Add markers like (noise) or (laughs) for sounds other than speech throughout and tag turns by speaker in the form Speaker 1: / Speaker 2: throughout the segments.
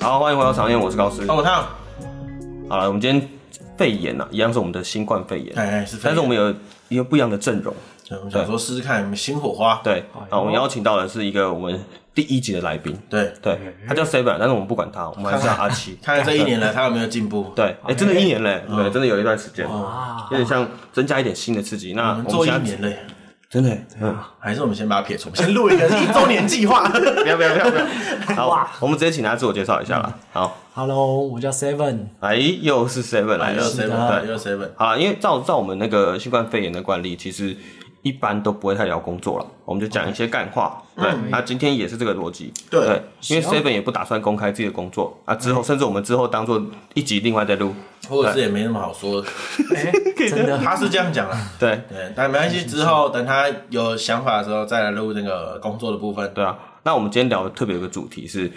Speaker 1: 好，欢迎回到常燕，我是高斯。
Speaker 2: 帮我烫，
Speaker 1: 好了，我们今天肺炎呐、啊，一样是我们的新冠肺炎，
Speaker 2: 哎、是非
Speaker 1: 但是我们有一个不一样的阵容。
Speaker 2: 对我们想说试试看有没有新火花。
Speaker 1: 对，啊，我们邀请到的是一个我们第一集的来宾，
Speaker 2: 对，
Speaker 1: 对，他叫 Seven，但是我们不管他，我们还是叫阿七。
Speaker 2: 看看这一年来他有没有进步。
Speaker 1: 对，哎，真的一年嘞，对，真的有一段时间，
Speaker 3: 啊
Speaker 1: 有点像增加一点新的刺激。那
Speaker 2: 我们
Speaker 1: 我
Speaker 2: 做
Speaker 1: 们
Speaker 2: 一
Speaker 1: 现在
Speaker 2: 年了耶，
Speaker 1: 真的，嗯，
Speaker 2: 还是我们先把它撇除，我们先录一个一周年计划。
Speaker 1: 不要不要不要不要，好，我们直接请他自我介绍一下啦。好，
Speaker 3: ，Hello，我叫 Seven，
Speaker 1: 哎，又 (laughs) 是 Seven 来
Speaker 2: 又
Speaker 1: 了，
Speaker 3: 是
Speaker 2: seven，
Speaker 3: 的
Speaker 2: 对又 seven。
Speaker 1: 好啦，因为照照我们那个新冠肺炎的惯例，其实一般都不会太聊工作了，我们就讲一些干话。对，那、今天也是这个逻辑。
Speaker 2: 对
Speaker 1: 因为 Seven 也不打算公开自己的工作啊，之后甚至我们之后当做一集另外再录。
Speaker 2: 或者是也没什么好说的，
Speaker 3: 真
Speaker 2: (laughs)
Speaker 3: 的
Speaker 2: 他是这样
Speaker 1: (laughs)
Speaker 2: 讲啦。
Speaker 1: 对
Speaker 2: 对，但没关系，之后等他有想法的时候再来录那个工作的部分。
Speaker 1: 对啊，那我们今天聊的特别有个主题是，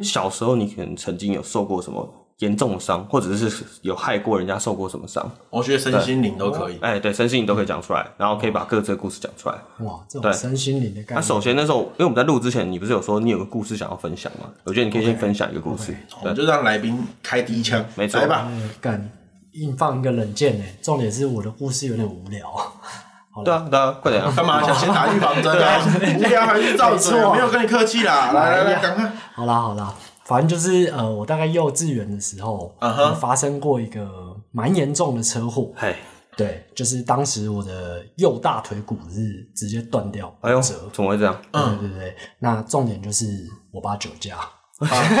Speaker 1: 小时候你可能曾经有受过什么。严重的伤，或者是有害过人家受过什么伤？
Speaker 2: 我觉得身心灵都可以。
Speaker 1: 哎，对，身心你都可以讲出来，然后可以把各自的故事讲出来。
Speaker 3: 哇，这
Speaker 1: 对
Speaker 3: 种身心灵的
Speaker 1: 那、
Speaker 3: 概念，
Speaker 1: 首先那时候，因为我们在录之前，你不是有说你有个故事想要分享吗？我觉得你可以先分享一个故事。
Speaker 2: 我们就让来宾开第一枪，
Speaker 1: 没错
Speaker 2: 来吧。
Speaker 3: 哎干硬放一个冷箭呢。重点是我的故事有点无聊， (laughs)
Speaker 1: 对对啊，对啊，快点啊！
Speaker 2: 干嘛想先打预防针啊？
Speaker 1: (laughs)
Speaker 2: 无聊还是照
Speaker 3: 没
Speaker 2: 做，啊
Speaker 3: 错
Speaker 2: 没有跟你客气啦。来来
Speaker 3: 哎
Speaker 2: 来，
Speaker 3: 呀
Speaker 2: 赶快。
Speaker 3: 好啦好啦，反正就是呃，我大概幼稚园的时候
Speaker 2: 嗯哼
Speaker 3: 呃发生过一个蛮严重的车祸，
Speaker 1: 嘿，
Speaker 3: 对，就是当时我的右大腿骨是直接断掉，
Speaker 1: 哎呦，
Speaker 3: 折
Speaker 1: 怎么会这样？
Speaker 2: 嗯
Speaker 3: 对对对，那重点就是我爸酒驾，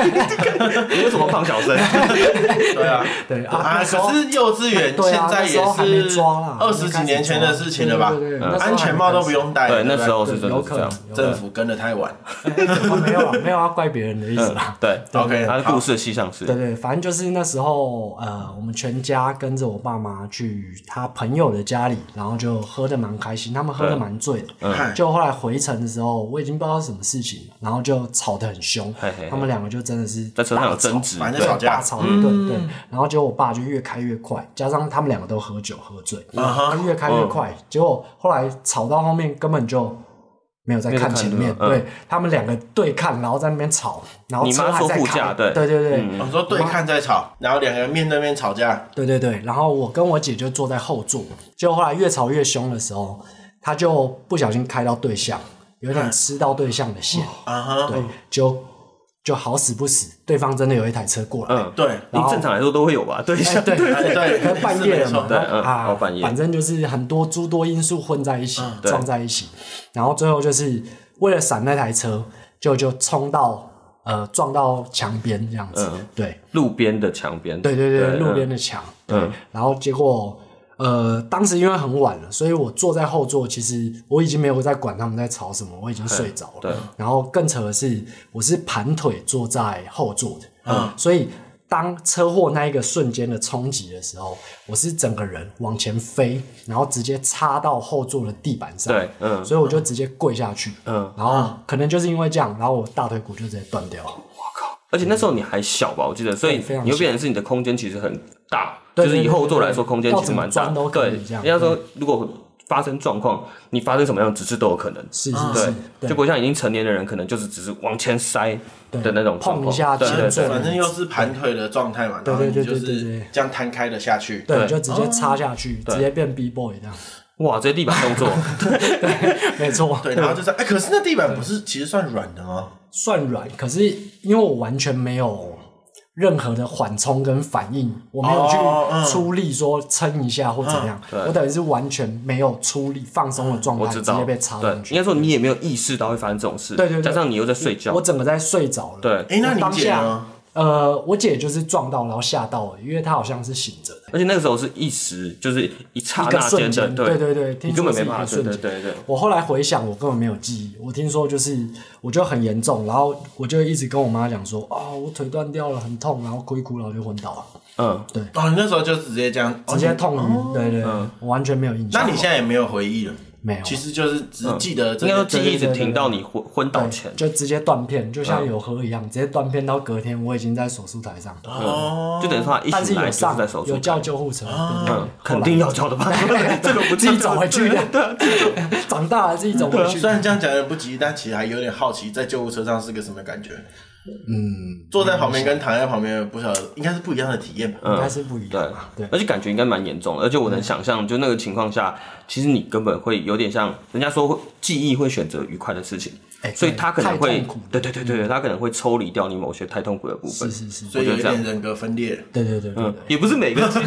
Speaker 1: 你为什么放小
Speaker 3: (laughs)
Speaker 1: 声？
Speaker 2: 对啊，
Speaker 3: 对
Speaker 2: 啊，
Speaker 3: 啊，
Speaker 2: 可是幼稚园
Speaker 3: 对啊
Speaker 2: 现在也
Speaker 3: 那时候还没
Speaker 2: 是
Speaker 3: 抓啦
Speaker 2: 二十几年前的事情了吧
Speaker 3: 对对对？那时候还
Speaker 2: 安
Speaker 3: 没
Speaker 2: 全帽都不用戴，
Speaker 1: 对，那
Speaker 2: 不
Speaker 1: 时候是真哦
Speaker 3: 有
Speaker 1: 的是
Speaker 3: 可
Speaker 1: 这
Speaker 3: 能
Speaker 1: 样。
Speaker 2: 政府跟的太晚。
Speaker 3: 哦没有啦没有要怪别人的意思
Speaker 1: 嗯
Speaker 3: 啦，，
Speaker 1: 对
Speaker 2: OK，
Speaker 1: 他的
Speaker 2: 好
Speaker 1: 故事的西上是
Speaker 3: 对对，反正就是那时候，呃，我们全家跟着我爸妈去他朋友的家里，然后就喝的蛮开心，他们喝的蛮醉的。
Speaker 1: 嗯
Speaker 2: 嗨
Speaker 3: 就后来回程的时候，我已经不知道是什么事情了，然后就吵得很凶
Speaker 1: 嘿嘿嘿，
Speaker 3: 他们两个就真的是
Speaker 1: 在车上有
Speaker 3: 大吵
Speaker 1: 争执，嗯
Speaker 2: 反正
Speaker 1: 对
Speaker 2: 吵架
Speaker 3: 大吵一顿，对。然后结果我爸就越开越快，加上他们两个都喝酒喝醉，
Speaker 2: 啊哈
Speaker 3: 他越开越快，
Speaker 1: 嗯
Speaker 3: 结果后来吵到后面根本就。没有在看前
Speaker 1: 没有
Speaker 3: 面，
Speaker 1: 看了嗯
Speaker 3: 对他们两个对看，然后在那边吵，然后
Speaker 1: 你妈
Speaker 3: 车还
Speaker 1: 说
Speaker 3: 在
Speaker 1: 副
Speaker 3: 开
Speaker 1: 驾对嗯
Speaker 3: 对对对，
Speaker 2: 我说对看在吵，然后两个人面对面吵架，
Speaker 3: 对对对，然后我跟我姐就坐在后座，就后来越吵越凶的时候，她就不小心开到对象，有点吃到对象的线，
Speaker 2: 嗯啊哈，
Speaker 3: 对，就就好死不死，对方真的有一台车过来，
Speaker 1: 嗯，
Speaker 2: 对，
Speaker 1: 你正常来说都会有吧？ (laughs) 对
Speaker 3: 哎，对
Speaker 2: 对对
Speaker 3: 可能半夜了嘛，
Speaker 2: 是没错
Speaker 1: 对
Speaker 3: 然
Speaker 1: 嗯
Speaker 3: 后啊
Speaker 1: 哦，半夜
Speaker 3: 反正就是很多诸多因素混在一起，
Speaker 2: 嗯
Speaker 1: 对
Speaker 3: 撞在一起，然后最后就是为了闪那台车，就就冲到呃撞到墙边这样子，
Speaker 1: 嗯
Speaker 3: 对，
Speaker 1: 路边的墙边，
Speaker 3: 对对对，路
Speaker 1: 嗯
Speaker 3: 边的墙。
Speaker 1: 嗯
Speaker 3: 嗯，然后结果呃，当时因为很晚了，所以我坐在后座，其实我已经没有在管他们在吵什么，我已经睡着了。
Speaker 1: 对
Speaker 3: 然后更扯的是，我是盘腿坐在后座的，
Speaker 2: 嗯
Speaker 3: 嗯，所以。当车祸那一个瞬间的冲击的时候，我是整个人往前飞，然后直接插到后座的地板上，
Speaker 1: 对，嗯
Speaker 3: 所以我就直接跪下去，
Speaker 1: 嗯，
Speaker 3: 然后可能就是因为这样，然后我大腿骨就直接断掉了。
Speaker 1: 而且那时候你还小吧，我记得，所以
Speaker 3: 对非常
Speaker 1: 你会变成是你的空间其实很大，
Speaker 3: 对
Speaker 1: 就是
Speaker 3: 对
Speaker 1: 以
Speaker 3: 对
Speaker 1: 后座来说
Speaker 3: 对对
Speaker 1: 空间其实蛮
Speaker 3: 要
Speaker 1: 大
Speaker 3: 怎么钻都，可
Speaker 1: 对
Speaker 3: 以这，样嗯
Speaker 1: 人家说如果发生状况，你发生什么样的指示都有可能，
Speaker 3: 是是嗯是，
Speaker 1: 对，就不像已经成年的人，可能就是只是往前塞
Speaker 3: 对
Speaker 1: 的那种状况
Speaker 3: 碰一下
Speaker 1: 对对对
Speaker 3: 牵着
Speaker 2: 反正又是盘腿的状态嘛，然后你就是这样摊开的下去，
Speaker 3: 对，
Speaker 1: 对哦
Speaker 3: 就直接插下去，直接变 B boy 这样，
Speaker 1: 哇，这地板动
Speaker 3: (laughs)
Speaker 1: 作，
Speaker 3: 没错，
Speaker 2: 对，然后就是哎，可是那地板不是其实算软的吗？
Speaker 3: 算软。可是因为我完全没有任何的缓冲跟反应，我没有
Speaker 2: 哦嗯
Speaker 3: 去出力说撑一下或怎样，我等于是完全没有出力放松的状
Speaker 1: 嗯我
Speaker 3: 态，
Speaker 1: 知
Speaker 3: 直
Speaker 1: 道，
Speaker 3: 接
Speaker 1: 对
Speaker 3: 被插，上
Speaker 1: 应
Speaker 3: 去
Speaker 1: 该。说你也没有意识到会发生这种事，
Speaker 3: 对对对
Speaker 1: 加上你又在睡
Speaker 3: 我
Speaker 1: 觉，
Speaker 3: 整个在睡着了。
Speaker 1: 对，
Speaker 2: 哎，那
Speaker 3: 我
Speaker 2: 你
Speaker 3: 当
Speaker 2: 姐
Speaker 3: 下
Speaker 2: 呢？，
Speaker 3: 呃，我姐就是撞到，然后吓到了，因为她好像是醒着的，
Speaker 1: 而且那个时候是一时就是一刹
Speaker 3: 一个
Speaker 1: 那
Speaker 3: 瞬
Speaker 1: 间的，
Speaker 3: 间，对对对，
Speaker 1: 你
Speaker 3: 听
Speaker 1: 根
Speaker 3: 说
Speaker 1: 本
Speaker 3: 是
Speaker 1: 没
Speaker 3: 一
Speaker 1: 办法，对
Speaker 3: 个瞬
Speaker 1: 对
Speaker 3: 间。
Speaker 1: 对对，
Speaker 3: 我后来回想，我根本没有记忆。我听说就是，我就很严重，然后我就一直跟我妈讲说，啊、我腿断掉了，很痛，然后哭一哭，然后就昏倒了，
Speaker 1: 嗯，
Speaker 2: 哦，你那时候就直接这样，
Speaker 1: 哦
Speaker 2: 哦
Speaker 3: 直接痛晕。对对对，
Speaker 1: 嗯
Speaker 3: 我完全没有印象。
Speaker 2: 那你现在也没有回忆了，
Speaker 3: 没有？
Speaker 2: 其实就是只记得这
Speaker 1: 应该说
Speaker 2: 个
Speaker 1: 记忆一直停到你昏昏倒
Speaker 3: 对
Speaker 1: 前，
Speaker 3: 就直接断片，就像有喝一样，直接断片到隔天，我已经在手术台上，
Speaker 2: 哦，
Speaker 1: 嗯就等于说他一
Speaker 3: 但是
Speaker 1: 醒来
Speaker 3: 有
Speaker 1: 就是
Speaker 3: 上
Speaker 1: 在手术
Speaker 3: 有
Speaker 1: 台
Speaker 3: 叫救护车，对对
Speaker 1: 嗯，肯定要交的
Speaker 3: (laughs)
Speaker 1: 吧？这个不
Speaker 3: 自己找回去
Speaker 1: 的。对啊对啊
Speaker 3: 对， (laughs) 啊长大了自己走回去
Speaker 2: (laughs) 虽。然这样讲有点不吉利，但其实还有点好奇，在救护车上是个什么感觉。嗯，坐在旁边跟躺在旁边不晓得应该是不一样的体验吧？
Speaker 1: 嗯
Speaker 3: 应该是不一样吧。
Speaker 1: 对
Speaker 3: 对，，嗯
Speaker 1: 而且感觉应该蛮严重的，而且我能想象，就那个情况下，其实你根本会有点像人家说会记忆会选择愉快的事情，
Speaker 3: 哎
Speaker 1: 所以他可能
Speaker 3: 太
Speaker 1: 会
Speaker 3: 痛苦，嗯
Speaker 1: 对对对对，他可能会抽离掉你某些太痛苦的部分
Speaker 3: 是。是是，
Speaker 2: 所以有一
Speaker 1: 我觉得这
Speaker 2: 点
Speaker 1: 样
Speaker 2: 人格分裂了。
Speaker 3: 对对对对
Speaker 1: 嗯
Speaker 3: 对，
Speaker 1: 也不是每个
Speaker 3: (laughs)
Speaker 1: 记忆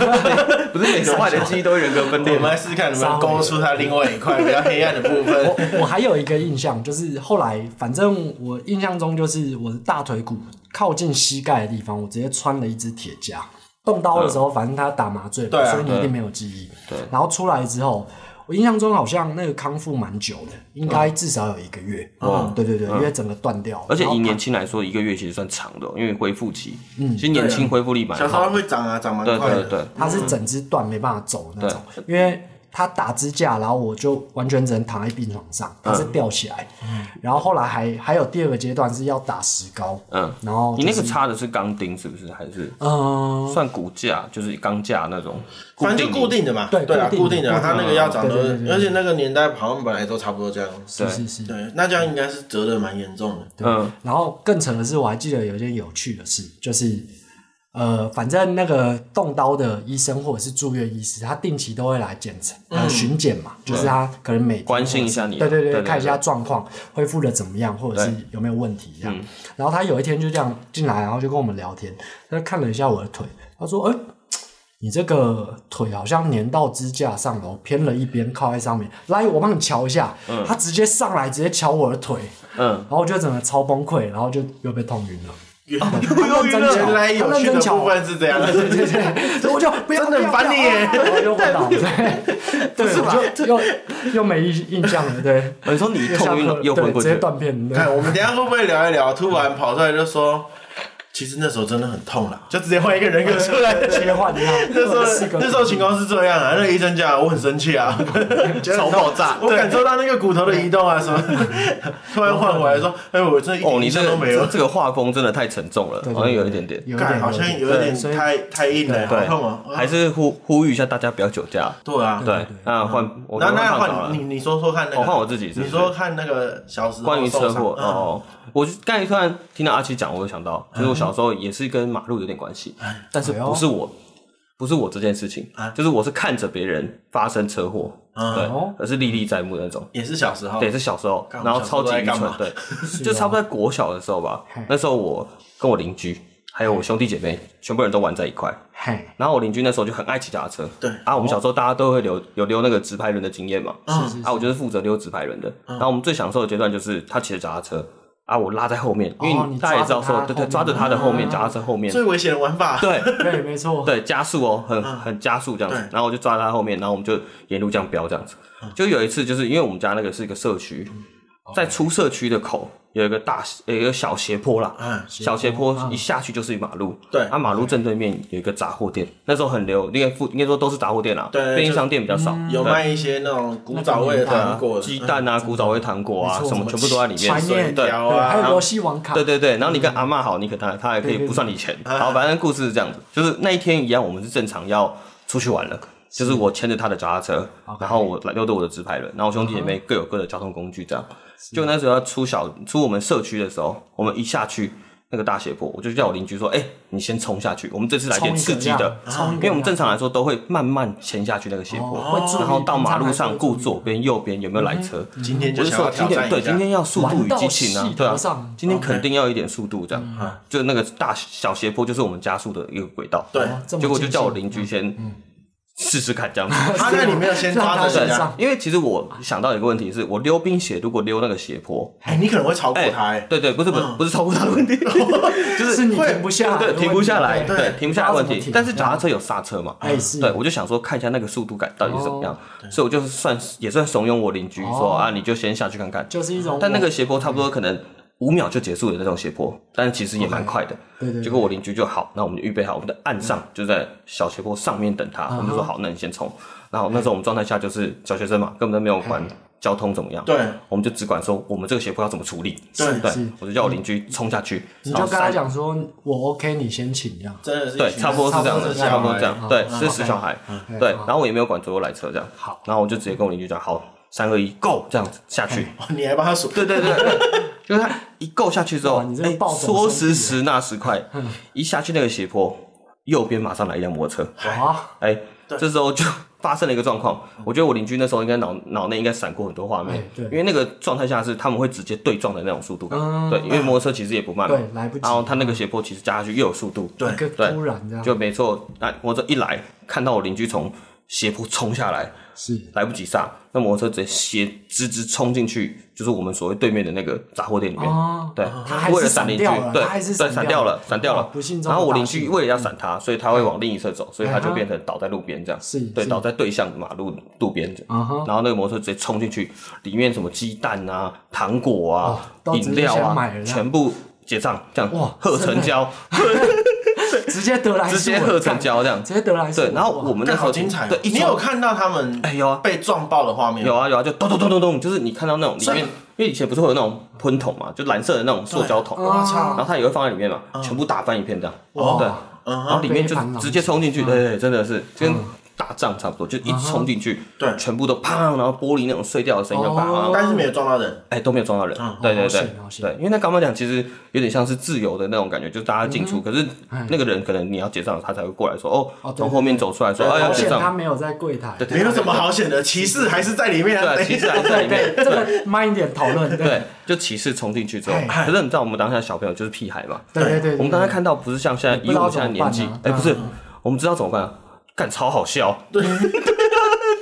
Speaker 1: 不是每个坏的记忆都会人格分
Speaker 2: 我
Speaker 1: 裂
Speaker 2: 们
Speaker 1: 吗？
Speaker 2: 来试试看能不能勾出它另外一块比较黑暗的
Speaker 1: (laughs)
Speaker 2: 部分。
Speaker 3: 我还有一个印象，就是后来，反正我印象中就是我的大腿骨靠近膝盖的地方，我直接穿了一支铁夹。动刀的时候，
Speaker 1: 嗯
Speaker 3: 反正他打麻醉嘛，
Speaker 2: 对啊
Speaker 3: 所以你一定没有记忆。对，然后出来之后，我印象中好像那个康复蛮久的，应该至少有一个月。哦，对对对，因为整个断掉，
Speaker 1: 嗯而且
Speaker 3: 然后
Speaker 1: 以年轻来说，一个月其实算长的哦，因为恢复期，嗯，其实年轻恢复力蛮
Speaker 2: 小时
Speaker 1: 好
Speaker 2: 候
Speaker 1: 的。
Speaker 2: 会长啊，长蛮
Speaker 1: 对
Speaker 2: 快
Speaker 1: 对
Speaker 2: 的。
Speaker 1: 对，
Speaker 3: 它是整只断没办法走那种，因为他打支架，然后我就完全只能躺在病床上，
Speaker 1: 嗯
Speaker 3: 它是吊起来，然后后来还还有第二个阶段是要打石膏，
Speaker 1: 嗯，
Speaker 3: 然后
Speaker 1: 你
Speaker 3: 就
Speaker 1: 那
Speaker 3: 是
Speaker 1: 个插的是钢钉是不是？还是
Speaker 3: 嗯，
Speaker 1: 算骨架，就是钢架那种？
Speaker 2: 反正就固
Speaker 1: 固定
Speaker 2: 定的嘛，
Speaker 3: 对
Speaker 2: 对啊，
Speaker 3: 固
Speaker 2: 固
Speaker 3: 定
Speaker 2: 定
Speaker 3: 的
Speaker 2: 的，它那个要长
Speaker 3: 对对
Speaker 2: 得
Speaker 3: 对，对
Speaker 2: 而且那个年代好像本来都差不多这样。
Speaker 3: 是是是。
Speaker 2: 对，那这样应该是折的蛮严重的。
Speaker 1: 的，嗯，
Speaker 3: 然后更扯的是，我还记得有一件有趣的事，就是呃，反正那个动刀的医生或者是住院医师，他定期都会来检查、呃巡检嘛，就是他可能每
Speaker 1: 嗯
Speaker 3: 天
Speaker 1: 关心一下你啊
Speaker 3: 对
Speaker 1: 对
Speaker 3: 对
Speaker 1: 嗯
Speaker 3: 对，
Speaker 1: 对对
Speaker 3: 看一下状况恢复的怎么样，或者是有没有问题这样。然后他有一天就这样进来，然后就跟我们聊天，他就看了一下我的腿，他说：“哎、你这个腿好像粘到支架上了，我偏了一边，靠在上面。来，我帮你瞧一下。他直接上来，直接瞧我的腿，
Speaker 1: 嗯
Speaker 3: 然后我就整个超崩溃，然后就又被痛晕
Speaker 2: (laughs)
Speaker 3: 了。
Speaker 2: 又
Speaker 3: 认真巧
Speaker 2: 原来有趣的部分是这样，
Speaker 3: 对对对，所以我就不要
Speaker 2: 真的很烦你耶
Speaker 3: 不要不要然后就昏倒，对，对，我就又又没印印象了，对，
Speaker 1: 哦你说
Speaker 3: (laughs)
Speaker 1: 你一
Speaker 3: 下
Speaker 1: 痛晕
Speaker 3: 课
Speaker 1: 了又昏
Speaker 3: 对
Speaker 1: 过
Speaker 3: 直
Speaker 1: 去
Speaker 3: 接
Speaker 1: 了，
Speaker 3: 断片，
Speaker 2: (laughs)
Speaker 3: 对
Speaker 2: 看我们等一下会不会聊一聊，突然跑出来就说，其实那时候真的很痛啦，就直接换一个人格出来。
Speaker 3: 切换一下，
Speaker 2: (laughs) 那时
Speaker 3: 四
Speaker 2: 候
Speaker 3: 个
Speaker 2: 那时候情况是这样啊，那个医生讲我很生气 (laughs) 啊，超爆炸，我感受到那个骨头的移动啊什 (laughs) 么，突然换回来说，哎，我这一
Speaker 1: 哦，
Speaker 2: 点
Speaker 1: 你
Speaker 2: 印
Speaker 1: 这
Speaker 2: 象都
Speaker 1: 个
Speaker 2: 没有
Speaker 1: 这，这个画风真的太沉重了，
Speaker 3: 对对
Speaker 1: 好像有一
Speaker 3: 对
Speaker 1: 点点。
Speaker 3: 有一
Speaker 2: 看
Speaker 3: 点
Speaker 2: 好像有一点
Speaker 3: 所以
Speaker 2: 太太硬了，好
Speaker 1: 对
Speaker 2: 痛哦，，啊
Speaker 1: 还是呼呼吁一下大家不要酒驾。
Speaker 2: 对啊，
Speaker 1: 对，那换我
Speaker 2: 那
Speaker 1: 刚刚
Speaker 2: 那
Speaker 1: 看到了
Speaker 2: 换你，你说说看那个，
Speaker 1: 哦换我自己是不是
Speaker 2: 你说看那个小时候
Speaker 1: 关于车
Speaker 2: 受伤
Speaker 1: 祸
Speaker 2: 嗯
Speaker 1: 哦，我就刚才突然听到阿七讲，我就想到，就是我小时候也是跟马路有点关系，但是
Speaker 3: 哎呦
Speaker 1: 不是我，不是我这件事情，
Speaker 2: 哎
Speaker 1: 就是我是看着别人发生车祸，
Speaker 2: 嗯
Speaker 1: 对
Speaker 3: 哦，
Speaker 1: 而是历历在目那种。
Speaker 2: 也是小时候，
Speaker 1: 对，是小时候，
Speaker 2: 哦干
Speaker 1: 然后
Speaker 2: 我小时
Speaker 1: 超
Speaker 2: 候
Speaker 1: 级
Speaker 2: 在
Speaker 1: 愚
Speaker 2: 干
Speaker 1: 蠢
Speaker 2: 嘛，
Speaker 1: 对，就差不多在国小的时候吧
Speaker 3: 哦嘿。
Speaker 1: 那时候我跟我邻居还有我兄弟姐妹，全部人都玩在一块。
Speaker 3: 嘿，
Speaker 1: 然后我邻居那时候就很爱骑脚踏车，
Speaker 2: 对
Speaker 1: 啊，我们小时候大家都会留有溜那个直排轮的经验嘛，啊，我就是负责溜直排轮的。然后我们最享受的阶段就是他骑着脚踏车，啊，我拉在后面，因
Speaker 3: 哦
Speaker 1: 为
Speaker 3: 你
Speaker 1: 大家也知道
Speaker 3: 抓着
Speaker 1: 说，
Speaker 3: 他
Speaker 1: 对
Speaker 3: 后
Speaker 1: 对，
Speaker 3: 面
Speaker 1: 抓着他的后面，脚踏车后面，
Speaker 2: 最危险的玩法，
Speaker 1: 对
Speaker 3: 对，没错，
Speaker 1: 对，加速哦，很很加速这样子
Speaker 2: 嗯对。嗯
Speaker 1: 然后我就抓在他后面，然后我们就沿路这样飙这样子。就有一次，就是因为我们家那个是一个社区，
Speaker 2: 哦
Speaker 1: 在出社区的口有一个大有一个小斜坡啦，
Speaker 2: 嗯
Speaker 1: 小斜坡一下去就是一马路，
Speaker 2: 对
Speaker 1: 啊，马路正对面有一个杂货店，那时候很流，应该附应该说都是杂货店啦，
Speaker 2: 对
Speaker 1: 便利
Speaker 2: 就
Speaker 1: 商店比较少，
Speaker 2: 有
Speaker 1: 对
Speaker 2: 卖一些那种古早味的糖果的，
Speaker 1: 鸡蛋啊、古早味糖果啊
Speaker 3: 没错
Speaker 1: 什么全部都在里
Speaker 3: 怀
Speaker 1: 面，所以
Speaker 3: 念
Speaker 1: 对。
Speaker 2: 条
Speaker 3: 对，
Speaker 2: 啊
Speaker 3: 还有
Speaker 2: 然
Speaker 3: 游戏王卡，嗯
Speaker 1: 对对对，然后你跟阿嬷好，你可他他还可以不算你钱。然后反正故事是这样子，就是那一天一样，我们是正常要出去玩了。就是我牵着他的脚踏车，然后我溜着我的直排轮，然后我兄弟姐妹各有各的交通工具，这样。就那时候要出小出我们社区的时候，我们一下去那个大斜坡，我就叫我邻居说：“哎、你先冲下去，我们这次来
Speaker 3: 嗯冲一
Speaker 1: 点
Speaker 3: 个
Speaker 1: 刺激
Speaker 3: 这
Speaker 1: 的
Speaker 3: 样，冲一个
Speaker 1: 因为我们
Speaker 3: 这
Speaker 1: 正
Speaker 3: 样
Speaker 1: 常来说都会慢慢潜下去那个斜坡，
Speaker 3: 哦会注意
Speaker 1: 然后到马路
Speaker 3: 平常还
Speaker 1: 上
Speaker 3: 会
Speaker 1: 顾
Speaker 3: 注意
Speaker 1: 左边右边有没有来车，
Speaker 3: 嗯
Speaker 2: 今天
Speaker 1: 我
Speaker 2: 就是想
Speaker 1: 说
Speaker 2: 要
Speaker 1: 今
Speaker 2: 挑
Speaker 1: 天
Speaker 2: 战
Speaker 1: 对
Speaker 2: 一下
Speaker 1: 今，天要速度与激情啊
Speaker 3: 玩
Speaker 1: 对
Speaker 3: 到，细头
Speaker 1: 啊
Speaker 3: 上，
Speaker 1: 今天肯定要一点速度这
Speaker 3: 嗯
Speaker 1: 样，就那个大小斜坡就是我们加速的一个轨道，
Speaker 2: 对，
Speaker 3: 哦这么
Speaker 1: 结果就
Speaker 3: 精
Speaker 1: 叫我
Speaker 3: 细嗯
Speaker 1: 邻居先试试看这样子。
Speaker 2: 他那里没有先抓着
Speaker 3: 让
Speaker 2: 人
Speaker 3: 他
Speaker 2: 家
Speaker 3: 上，
Speaker 1: 因为其实我想到一个问题是，我溜冰鞋如果溜那个斜坡，
Speaker 2: 哎，你可能会超过他，哎，
Speaker 1: 对对，不是不是不是超过他的
Speaker 3: (laughs)
Speaker 1: 问题，就是
Speaker 3: 嗯是你
Speaker 2: 会
Speaker 3: 停不下来的问
Speaker 1: 对
Speaker 3: 题，
Speaker 1: 停不下来，
Speaker 3: 对
Speaker 1: 对停不下来的问
Speaker 3: 不知道怎么
Speaker 1: 题
Speaker 3: 停。
Speaker 1: 但是脚踏车有刹车嘛，嗯
Speaker 3: 哎是
Speaker 1: 对我就想说看一下那个速度感到底是怎么样，所以我就是算也算怂恿我邻居说
Speaker 3: 哦
Speaker 1: 啊，你就先下去看看，
Speaker 3: 就是一种
Speaker 1: 但那个斜坡差不多可能五秒就结束的那种斜坡，但是其实也蛮快的。
Speaker 3: 对对对嗯
Speaker 1: 结果我邻居就好，那我们就预备好，我们在岸上就在小斜坡上面等他，我们就说好，那你先冲。然后那时候我们状态下就是小学生嘛，根本都没有
Speaker 3: 嗯
Speaker 1: 管交通怎么样，
Speaker 2: 对，
Speaker 1: 我们就只管说我们这个斜坡要怎么处理。
Speaker 2: 对
Speaker 1: 对
Speaker 3: 是，嗯
Speaker 1: 我就叫我邻居冲下去，
Speaker 3: 你
Speaker 1: 然
Speaker 3: 就
Speaker 1: 后
Speaker 3: 跟他
Speaker 1: 三
Speaker 3: 讲说，我 OK，你先请这样。
Speaker 2: 真的是
Speaker 1: 对，差不多是这样的，
Speaker 3: 差
Speaker 1: 差
Speaker 3: 不
Speaker 1: 不
Speaker 3: 多
Speaker 1: 多这
Speaker 3: 是这
Speaker 1: 样
Speaker 3: 样，
Speaker 1: 对，
Speaker 3: 嗯
Speaker 1: 是死小孩
Speaker 3: 嗯，
Speaker 1: 对
Speaker 3: 嗯，
Speaker 1: 然后我也没有管左右来车这样，好，然后我就直接跟我邻居讲，好，三二一，go，这样子下去，
Speaker 3: 嗯
Speaker 2: 你还帮他数，
Speaker 1: 对对对，对 (laughs) 就是他一够下去之后
Speaker 3: 哇你，这个
Speaker 1: 哎
Speaker 3: 暴，走兄弟
Speaker 1: 说时迟
Speaker 3: 啊
Speaker 1: 那时快，
Speaker 3: 嗯
Speaker 1: 一下去那个斜坡，右边马上来一辆摩托车，
Speaker 3: 啊，
Speaker 1: 哎，这时候就发生了一个状况。我觉得我邻居那时候应该脑脑内应该闪过很多画面
Speaker 3: 哎，对
Speaker 1: 因为那个状态下是他们会直接对撞的那种速度，
Speaker 3: 嗯
Speaker 1: 对，因为摩托车其实也不慢嘛
Speaker 3: 对，，来不及，
Speaker 1: 然后他那个斜坡其实加下去又有速度，
Speaker 2: 对
Speaker 3: 一个
Speaker 1: 对
Speaker 3: 突然这样，
Speaker 1: 就没错。那摩托车一来，看到我邻居从斜坡冲下来，
Speaker 3: 是
Speaker 1: 来不及刹，那摩托车直接斜直直冲进去，就是我们所谓对面的那个杂货店里面。
Speaker 3: 哦
Speaker 1: 对，
Speaker 3: 他还是
Speaker 1: 为了闪
Speaker 3: 闪
Speaker 1: 邻居，
Speaker 3: 掉了
Speaker 1: 对，
Speaker 3: 他还是
Speaker 1: 对，
Speaker 3: 闪
Speaker 1: 闪
Speaker 3: 掉
Speaker 1: 掉
Speaker 3: 了
Speaker 1: 了，闪掉了
Speaker 3: 哇不幸。中的
Speaker 1: 然后我
Speaker 3: 大
Speaker 1: 邻居
Speaker 3: 幸嗯
Speaker 1: 为了要闪他，所以他会往另一侧走，所以他
Speaker 3: 哎
Speaker 1: 就
Speaker 3: 哈
Speaker 1: 变成倒在路边这样。
Speaker 3: 是
Speaker 1: 对，
Speaker 3: 是
Speaker 1: 倒在对向马路路边这样。
Speaker 3: 啊哈，
Speaker 1: 然后那个摩托车直接冲进去，里面什么鸡蛋啊、糖果啊
Speaker 3: 哦、都直接
Speaker 1: 饮料
Speaker 3: 先
Speaker 1: 啊
Speaker 3: 买，了
Speaker 1: 全部结账，这样
Speaker 3: 哇
Speaker 1: 贺
Speaker 3: 真
Speaker 1: 成
Speaker 3: 的
Speaker 1: 交，
Speaker 3: 直接得来
Speaker 1: 直接
Speaker 3: 速
Speaker 1: 贺
Speaker 3: 了
Speaker 1: 成，交这样
Speaker 3: 干。直接得来速了，
Speaker 1: 对，然后我
Speaker 3: 哇
Speaker 1: 们那
Speaker 2: 那
Speaker 1: 时候
Speaker 2: 好精彩哦！
Speaker 1: 对，一
Speaker 2: 你
Speaker 1: 冲
Speaker 2: 有看到他们
Speaker 1: 哎有啊
Speaker 2: 被撞爆的画面吗？
Speaker 1: 有啊有啊，就咚咚咚咚咚，就是你看到那种里
Speaker 2: 所以
Speaker 1: 面，因为以前不是会有那种喷筒嘛，就蓝色的那种塑胶桶，
Speaker 3: 对嗯
Speaker 2: 我
Speaker 1: 然
Speaker 2: 操！
Speaker 1: 后它也会放在里面嘛，全部打翻一片这样，
Speaker 3: 哇嗯
Speaker 1: 对，
Speaker 2: 嗯
Speaker 1: 然后
Speaker 2: 哼，
Speaker 1: 里面就
Speaker 3: 杯盘狼藉
Speaker 1: 直接冲进去，对对，对真的是跟打仗差不多，就
Speaker 3: 嗯
Speaker 1: 一冲进去，
Speaker 2: 对
Speaker 1: 全部都砰，然后玻璃那种碎掉的声音就啪，
Speaker 3: 哦
Speaker 1: 然后
Speaker 2: 但是没有撞到人。
Speaker 1: 哎都没有撞到人，对对对
Speaker 3: 好险好险
Speaker 1: 对，因为那刚刚讲其实有点像是自由的那种感觉，就是大家进出，可是那个人可能你要结账，他才会过来说
Speaker 3: 嗯哦
Speaker 1: 哦，
Speaker 3: 对
Speaker 1: 从后面走出来说，哎要
Speaker 3: 好
Speaker 1: 结
Speaker 3: 险他
Speaker 1: 账，
Speaker 3: 没有在柜台，
Speaker 1: 对对
Speaker 2: 没有什么好险的，骑士还是在里面啊。
Speaker 1: 对，
Speaker 2: 等一
Speaker 1: 其
Speaker 2: 下
Speaker 1: 实还在里面
Speaker 3: 对，，这个慢一点讨论，对
Speaker 1: 对，就骑士冲进去之后，
Speaker 3: 哎
Speaker 1: 可是你知道我们当下小朋友就是屁孩嘛，
Speaker 3: 对对对，
Speaker 1: 我们刚才看到不是像现在
Speaker 3: 你
Speaker 1: 以
Speaker 3: 不知
Speaker 1: 我
Speaker 3: 道
Speaker 1: 们现在
Speaker 3: 怎么
Speaker 1: 年
Speaker 3: 办
Speaker 1: 纪
Speaker 3: 啊，
Speaker 1: 哎，不是
Speaker 3: 嗯，
Speaker 1: 我们知道怎么办啊，干超好笑， (laughs) 对，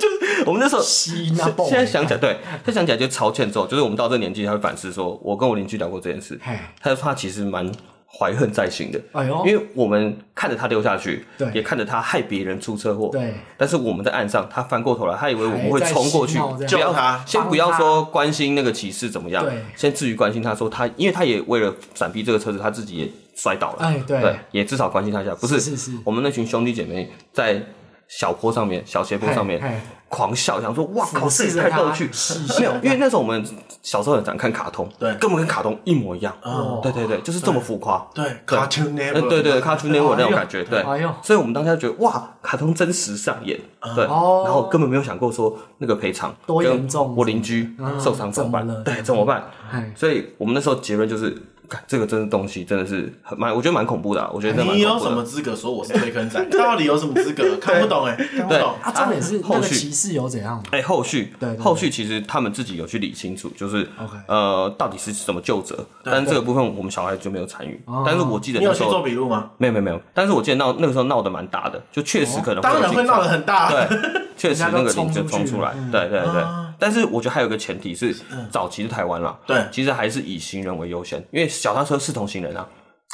Speaker 1: 就是我们那时候。
Speaker 3: 吸那爆，
Speaker 1: 现在想起来，对，现在想起来就超欠揍。就是我们到这个年纪，才会反思说，我跟我邻居聊过这件事，
Speaker 3: 嘿，
Speaker 1: 他说他其实蛮怀恨在心的，
Speaker 3: 哎呦，
Speaker 1: 因为我们看着他掉下去
Speaker 3: 对，
Speaker 1: 也看着他害别人出车祸，
Speaker 3: 对
Speaker 1: 但是我们在岸上，他翻过头来，他以为我们会冲过去
Speaker 3: 还在嬉
Speaker 1: 不
Speaker 2: 救
Speaker 3: 闹这样
Speaker 1: 要
Speaker 2: 他
Speaker 1: 先不要
Speaker 3: 帮他
Speaker 1: 说关心那个骑士怎么样
Speaker 3: 对，
Speaker 1: 先至于关心他说他，因为他也为了闪避这个车子，他自己也摔倒了，
Speaker 3: 哎对
Speaker 1: 也至少关心他一下。不是，
Speaker 3: 是是是
Speaker 1: 我们那群兄弟姐妹在小坡上面、小斜坡上
Speaker 3: 嘿嘿
Speaker 1: 面狂笑，想说哇靠，
Speaker 3: 俯
Speaker 1: 这
Speaker 3: 视
Speaker 1: 也太
Speaker 3: 哎着他
Speaker 1: 逗趣
Speaker 3: 嘻嘻，
Speaker 1: 没有，因为那时候我们小时候很常看卡通，
Speaker 2: 对
Speaker 1: 根本跟卡通一模一样，
Speaker 3: 哦
Speaker 1: 对对对，就是这么浮夸，
Speaker 2: 对，Cartoon
Speaker 1: 嗯，
Speaker 2: Network，
Speaker 1: 对对，卡 a r t 那种感觉，对，
Speaker 3: 哎呦
Speaker 1: 所以我们当下觉得哇，卡通真实上演，对，
Speaker 3: 哦
Speaker 1: 然后根本没有想过说那个赔偿
Speaker 3: 多
Speaker 1: 跟
Speaker 3: 严重
Speaker 1: 我邻居受伤怎么办
Speaker 3: 嗯怎么了？
Speaker 1: 对，怎么办？
Speaker 3: 哎，
Speaker 1: 所以我们那时候结论就是，干这个真的东西真的是很蛮，我觉得蛮恐怖的啊，我觉得真的
Speaker 3: 哎
Speaker 2: 你有
Speaker 1: 蛮
Speaker 2: 什
Speaker 1: 恐怖
Speaker 2: 么
Speaker 1: 的。
Speaker 2: 资格说我是推坑仔？到底有什么
Speaker 1: (laughs)
Speaker 2: 资格？看不懂哎，看不懂。
Speaker 3: 啊，重点是那
Speaker 1: 后
Speaker 3: 个
Speaker 1: 续
Speaker 3: 骑士有怎样？
Speaker 1: 哎，后续
Speaker 3: 对对对
Speaker 1: 后续其实他们自己有去理清楚，就是
Speaker 3: OK
Speaker 1: 呃，到底是怎么救责，但是这个部分我们小孩就没有参与
Speaker 3: 哦。
Speaker 1: 但是我记得
Speaker 2: 你有
Speaker 1: 那
Speaker 2: 去
Speaker 1: 时
Speaker 2: 做
Speaker 1: 候
Speaker 2: 笔录吗？
Speaker 1: 没有没有没有，但是我记得闹那个时候闹得蛮大的，就确
Speaker 3: 哦
Speaker 1: 实可能
Speaker 2: 当然会
Speaker 1: 有
Speaker 2: 闹得很大。
Speaker 1: 对，确实那个零就冲出来
Speaker 3: 人，
Speaker 1: 对对对。但是我觉得还有一个前提是，早期的台湾啦，
Speaker 2: 对
Speaker 1: 其实还是以行人为优先，因为脚踏车是同行人啊，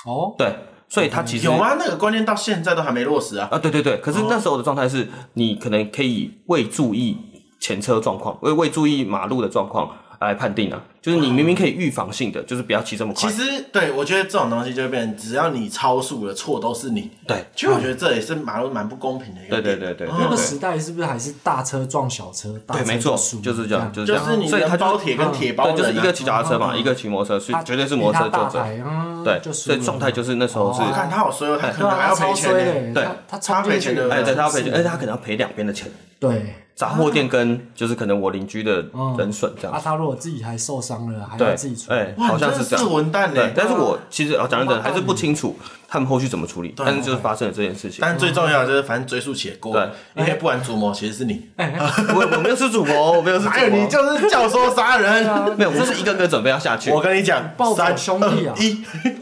Speaker 3: 哦，
Speaker 1: 对，所以他其实
Speaker 2: 嗯有吗？那个观念到现在都还没落实啊。
Speaker 1: 啊，对对对。可是那时候的状态是，你可能可以未注意前车状况，未未注意马路的状况来判定啊，就是你明明可以预防性的，就是不要骑这么快
Speaker 2: 其，实，对我觉得这种东西就会变成，只要你超速了，错都是你。
Speaker 1: 对
Speaker 2: 其实我觉得这也是马路蛮不公平的一个
Speaker 1: 对
Speaker 2: 点。
Speaker 1: 对对对对
Speaker 3: 那个
Speaker 1: 对。
Speaker 3: 时代是不是还是大车撞小车，大
Speaker 1: 对，
Speaker 3: 车
Speaker 1: 没错
Speaker 3: 输，
Speaker 1: 就是这样，就是这
Speaker 2: 就
Speaker 1: 样，
Speaker 2: 是你
Speaker 1: 所以他
Speaker 2: 的
Speaker 1: 就嗯
Speaker 2: 包铁跟铁包
Speaker 1: 对，
Speaker 2: 人、啊
Speaker 1: 就是一个骑脚踏车嘛，一个骑摩托车，
Speaker 3: 他
Speaker 1: 是绝对是摩托车
Speaker 3: 比他
Speaker 1: 救
Speaker 3: 大
Speaker 1: 责，
Speaker 3: 台嗯
Speaker 1: 对，
Speaker 3: 就输
Speaker 1: 所
Speaker 3: 了
Speaker 1: 以状态就是那时候是
Speaker 2: 我看他好衰哦，他可
Speaker 3: 对
Speaker 2: 能
Speaker 3: 啊，
Speaker 2: 还要赔钱呢、
Speaker 3: 嘞，
Speaker 1: 对
Speaker 3: 他
Speaker 2: 他
Speaker 3: 冲
Speaker 2: 赔
Speaker 3: 进
Speaker 2: 钱
Speaker 3: 去
Speaker 2: 的
Speaker 1: 哎，对，他要
Speaker 3: 是
Speaker 1: 赔钱，而且他可能要赔两边的钱，
Speaker 3: 对。
Speaker 1: 杂货店跟就是可能我邻居的
Speaker 2: 哦
Speaker 1: 人损这
Speaker 3: 啊，
Speaker 1: 样，
Speaker 3: 他如果自己还受伤了，还
Speaker 1: 对
Speaker 3: 要自己，处理
Speaker 1: 哎，，
Speaker 2: 哇，
Speaker 1: 好
Speaker 2: 你真
Speaker 1: 像
Speaker 2: 的
Speaker 1: 是这
Speaker 2: 是哎
Speaker 1: 样。
Speaker 2: 文蛋欸呢、
Speaker 1: 对，但是我其实啊，讲真的，还是不清楚他们后续怎么处理，但是就是发生了这件事情。
Speaker 2: 但最重要的就是，反正追溯起来过，
Speaker 1: 对
Speaker 2: 因为不然主谋其实是你，
Speaker 3: 哎
Speaker 1: 我我没有是主谋，我没有是主
Speaker 2: 哪有
Speaker 1: 谋
Speaker 2: 你，就是教唆杀
Speaker 3: (laughs)
Speaker 2: 人？
Speaker 1: 没有，我是一个个准备要下去
Speaker 2: 我。跟你讲，
Speaker 3: 暴走
Speaker 2: 三
Speaker 3: 啊兄弟啊
Speaker 2: 二一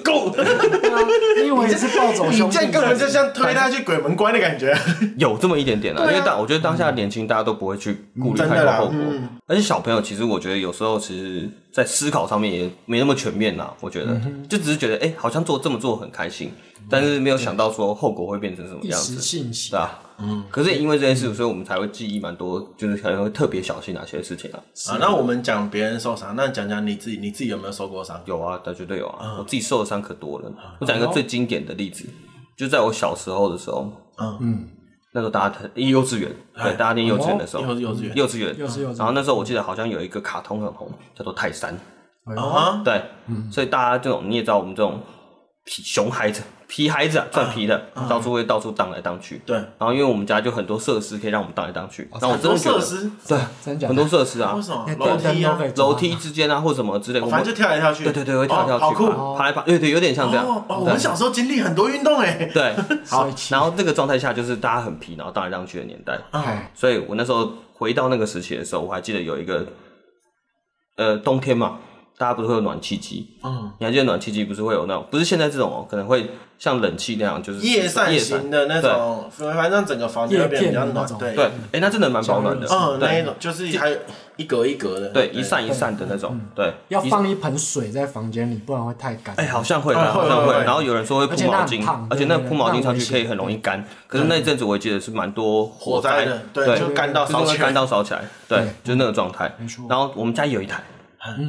Speaker 2: go，
Speaker 1: (laughs)
Speaker 3: 对啊你以为你是暴走
Speaker 2: 你
Speaker 3: 兄弟
Speaker 2: 这？样根本就像推他去鬼门关的感觉。
Speaker 1: 有这么一点点啦，啊因为当我觉得当下的年轻，大家都不会去顾虑
Speaker 2: 真
Speaker 1: 太
Speaker 2: 的
Speaker 1: 多
Speaker 2: 啦
Speaker 1: 后果，而且小朋友其实我觉得有时候其实，在思考上面也没那么全面啦。我觉得就只是觉得，哎，好像做这么做很开心，但是没有想到说后果会变成什么
Speaker 3: 一
Speaker 1: 样
Speaker 3: 时
Speaker 1: 子，
Speaker 3: 兴
Speaker 1: 是
Speaker 3: 起，
Speaker 1: 啊。嗯，可是也因为这件事，所以我们才会记忆蛮多，就是可能会特别小心哪些事情啊。
Speaker 2: 啊，那我们讲别人受伤，那讲讲你自己，你自己有没有受过伤？
Speaker 1: 有啊，但绝对有啊，我自己受的伤可多了。我讲一个最经典的例子，就在我小时候的时候，
Speaker 2: 嗯
Speaker 1: 嗯，那时候大家幼稚园，对，大家念幼稚园的时候，
Speaker 2: 哦幼幼稚园
Speaker 1: (laughs) 幼稚园，
Speaker 3: 幼稚幼稚
Speaker 1: 然后那时候我记得好像有一个卡通很红，叫做泰山，
Speaker 3: 哎
Speaker 2: 啊
Speaker 3: 呦
Speaker 1: 哦
Speaker 2: 哈，嗯
Speaker 1: 对，所以大家这种你也知道我们这种痞熊孩子皮孩子啊，转皮的，到处会到处荡来荡去。
Speaker 2: 对
Speaker 1: 然后因为我们家就很多设施可以让我们荡来荡去，然后我
Speaker 2: 哦很
Speaker 1: 真的
Speaker 2: 多
Speaker 1: 觉
Speaker 2: 设
Speaker 1: 得
Speaker 2: 施，
Speaker 1: 对
Speaker 3: 真的假的
Speaker 1: 很多设施啊
Speaker 2: 为，什么
Speaker 3: 那
Speaker 2: 楼
Speaker 3: 电灯
Speaker 2: 梯啊
Speaker 3: 都可？以装
Speaker 1: 楼梯之间啊或什么之类，我
Speaker 2: 反
Speaker 1: 们
Speaker 2: 正就跳来跳去。
Speaker 1: 对对对会跳
Speaker 2: 哦
Speaker 1: 来跳
Speaker 2: 好
Speaker 1: 去，
Speaker 2: 酷！
Speaker 1: 爬爬来爬，对对，有点像这样。
Speaker 2: 哦哦，我
Speaker 1: 对
Speaker 2: 们小时候经历很多运动哎。
Speaker 1: 对，好
Speaker 2: (laughs)
Speaker 3: 帅，气
Speaker 1: 然后这个状态下就是大家很皮，然后荡来荡去的年代。
Speaker 3: 哎，
Speaker 1: 所以我那时候回到那个时期的时候，我还记得有一个，呃，冬天嘛，大家不是会有暖气机？
Speaker 2: 嗯，
Speaker 1: 你还记得暖气机不是会有那种，不是现在这种哦，可能会像冷气那样，就是
Speaker 2: 夜散
Speaker 1: 夜
Speaker 2: 型的那种，反正整个房间会变得比较暖。
Speaker 3: 叶片的那种
Speaker 1: 对，哎、那真的蛮保暖的，
Speaker 2: 嗯，那一
Speaker 1: 对
Speaker 2: 种就是还有一格一格的，
Speaker 1: 对，一扇一扇的那种，
Speaker 2: 嗯
Speaker 1: 对，
Speaker 3: 要
Speaker 1: 一
Speaker 3: 放一盆水在房间里，不然会太干。
Speaker 1: 哎、好像会，
Speaker 2: 啊
Speaker 3: 嗯
Speaker 1: 好像
Speaker 2: 会会
Speaker 1: 会。
Speaker 2: 会
Speaker 1: 然后有人说会铺
Speaker 3: 而且那
Speaker 1: 毛
Speaker 3: 很
Speaker 1: 巾
Speaker 3: 烫，
Speaker 1: 而且那
Speaker 3: 对对
Speaker 1: 铺毛巾
Speaker 3: 对
Speaker 1: 上去可以
Speaker 3: 那
Speaker 1: 很容易
Speaker 3: 嗯
Speaker 1: 干。可是那一阵子我记得是蛮多
Speaker 2: 火灾的，对，
Speaker 1: 对，
Speaker 2: 就干到
Speaker 1: 就是
Speaker 2: 烧
Speaker 1: 会
Speaker 2: 起
Speaker 1: 干
Speaker 2: 来。
Speaker 1: 到烧起来，对
Speaker 3: 对，
Speaker 1: 就是那个状态
Speaker 3: 没错。嗯
Speaker 1: 然后我们家也有一台，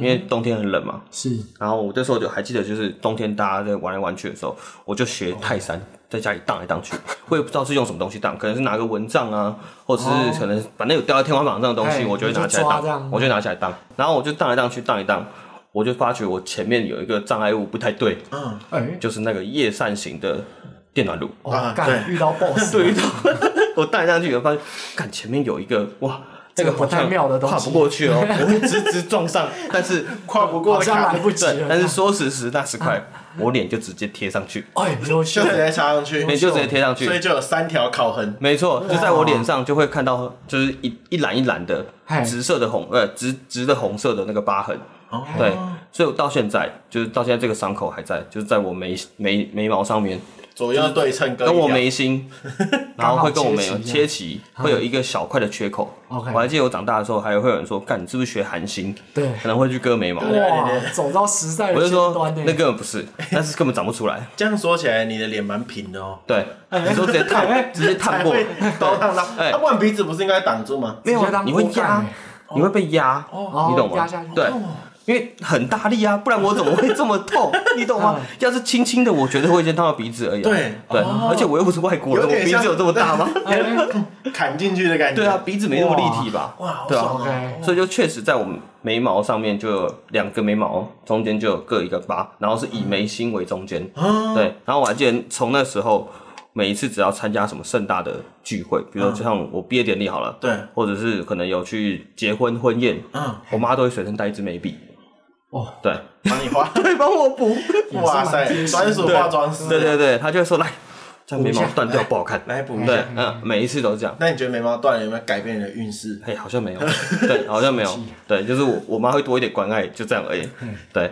Speaker 1: 因为冬天很冷嘛。
Speaker 3: 是
Speaker 1: 然后我这时候就还记得，就是冬天大家在玩来玩去的时候，我就学
Speaker 3: 哦
Speaker 1: 泰山，在家里荡来荡去。我也不知道是用什么东西荡，可能是拿个蚊帐啊，或者是可能反正有掉在天花板上的东西，
Speaker 3: 哦哎
Speaker 1: 我就会拿起来
Speaker 3: 你就抓这样
Speaker 1: 荡，我就拿起来荡。然后我就荡来荡去，荡一荡，我就发觉我前面有一个障碍物不太对，
Speaker 2: 嗯，
Speaker 3: 哎，
Speaker 1: 就是那个叶扇型的电暖炉。
Speaker 3: 哦
Speaker 2: 啊，
Speaker 3: 干
Speaker 2: 对
Speaker 3: 遇到 boss，
Speaker 1: 对， (laughs) 我荡来荡去，有发现，看前面有一个哇，
Speaker 3: 这个
Speaker 1: 好像
Speaker 3: 不太妙的东西
Speaker 1: 跨不过去哦，
Speaker 3: (laughs)
Speaker 1: 我会直直撞上，但是
Speaker 2: 跨不过
Speaker 3: 好像
Speaker 2: 卡
Speaker 3: 来不及
Speaker 1: 对
Speaker 3: 了，。啊
Speaker 1: 但是说时迟那时快，我脸就直接贴上去，
Speaker 3: 哎，优
Speaker 2: 就
Speaker 3: 秀
Speaker 2: 直，接插上去，
Speaker 1: 脸就直接贴上
Speaker 2: 所以
Speaker 1: 去，
Speaker 2: 就有三条烤痕。
Speaker 1: 没错，
Speaker 3: 啊
Speaker 1: 就在我脸上就会看到，就是一一蓝一蓝的
Speaker 3: 嗨
Speaker 1: 直射的红，呃，直直的红色的那个疤痕，
Speaker 2: 哦
Speaker 1: 对，所以我到现在就是到现在这个伤口还在，就是在我眉眉眉毛上面，
Speaker 2: 左右对称跟
Speaker 1: 跟我眉心，然后会跟我眉
Speaker 3: 刚好
Speaker 1: 切
Speaker 3: 切
Speaker 1: 齐，会有一个小块的缺口。
Speaker 3: OK
Speaker 1: 我还记得我长大的时候，还有会有人说，干，你是不是学韩星？
Speaker 3: 对
Speaker 1: 可能会去割眉毛。
Speaker 3: 哇，走到时代
Speaker 1: 我就
Speaker 3: 的尖
Speaker 1: 说
Speaker 3: 端，欸呢
Speaker 1: 那。根本不是，但是根本长不出来。
Speaker 2: 这样说起来，你的脸蛮平的哦，
Speaker 1: 对，你说直接烫，直接烫
Speaker 2: 才
Speaker 1: 过，
Speaker 2: 会 (laughs) 都烫到。啊
Speaker 1: 哎
Speaker 2: 他不然鼻子不是应该挡住吗？
Speaker 1: 没有
Speaker 3: 直接
Speaker 1: 啊，
Speaker 3: 当
Speaker 1: 你会
Speaker 3: 锅盖
Speaker 1: 压
Speaker 3: 欸，
Speaker 1: 你会被压，
Speaker 3: 哦
Speaker 1: 你懂吗
Speaker 3: 压下去？
Speaker 1: 对。因为很大力啊，不然我怎么会这么痛？你懂吗？要是轻轻的，我觉得会先烫到鼻子而已啊。
Speaker 2: 对
Speaker 1: 对，而且我又不是外国人，
Speaker 2: 有
Speaker 1: 我
Speaker 2: 点
Speaker 1: 鼻
Speaker 2: 像
Speaker 1: 子有这么大吗？
Speaker 3: 哎
Speaker 2: 砍进去的感觉。
Speaker 1: 对啊，，鼻子没那么立体吧？
Speaker 2: 哇，好
Speaker 1: 对啊
Speaker 2: 爽哦！
Speaker 3: ，OK，
Speaker 1: 所以就确实在我们眉毛上面就有两个眉毛，中间就有各一个疤，然后是以眉心为中间。
Speaker 2: 啊
Speaker 1: 对，然后我还记得从那时候，每一次只要参加什么盛大的聚会，比如说就像我毕业典礼好了，
Speaker 2: 嗯对，
Speaker 1: 或者是可能有去结婚婚宴，
Speaker 2: 嗯，
Speaker 1: 我妈都会随身带一支眉笔。
Speaker 3: 哦，
Speaker 1: 对，
Speaker 2: 帮你
Speaker 1: (laughs)
Speaker 2: 画。
Speaker 1: 对，帮我补。
Speaker 2: 哇塞，专属化妆师。
Speaker 1: 对对对，她就会说来，这样眉毛断掉不好看。
Speaker 2: 来补一
Speaker 1: 对
Speaker 2: 下。，
Speaker 1: 嗯，每一次都是这样。
Speaker 2: 那你觉得眉毛断了有没有改变你的运势？
Speaker 1: 哎，好像
Speaker 2: (laughs)
Speaker 1: 没有，对，好像没有，对，就是我我妈会多一点关爱，就这样而已。
Speaker 2: 嗯
Speaker 1: 对，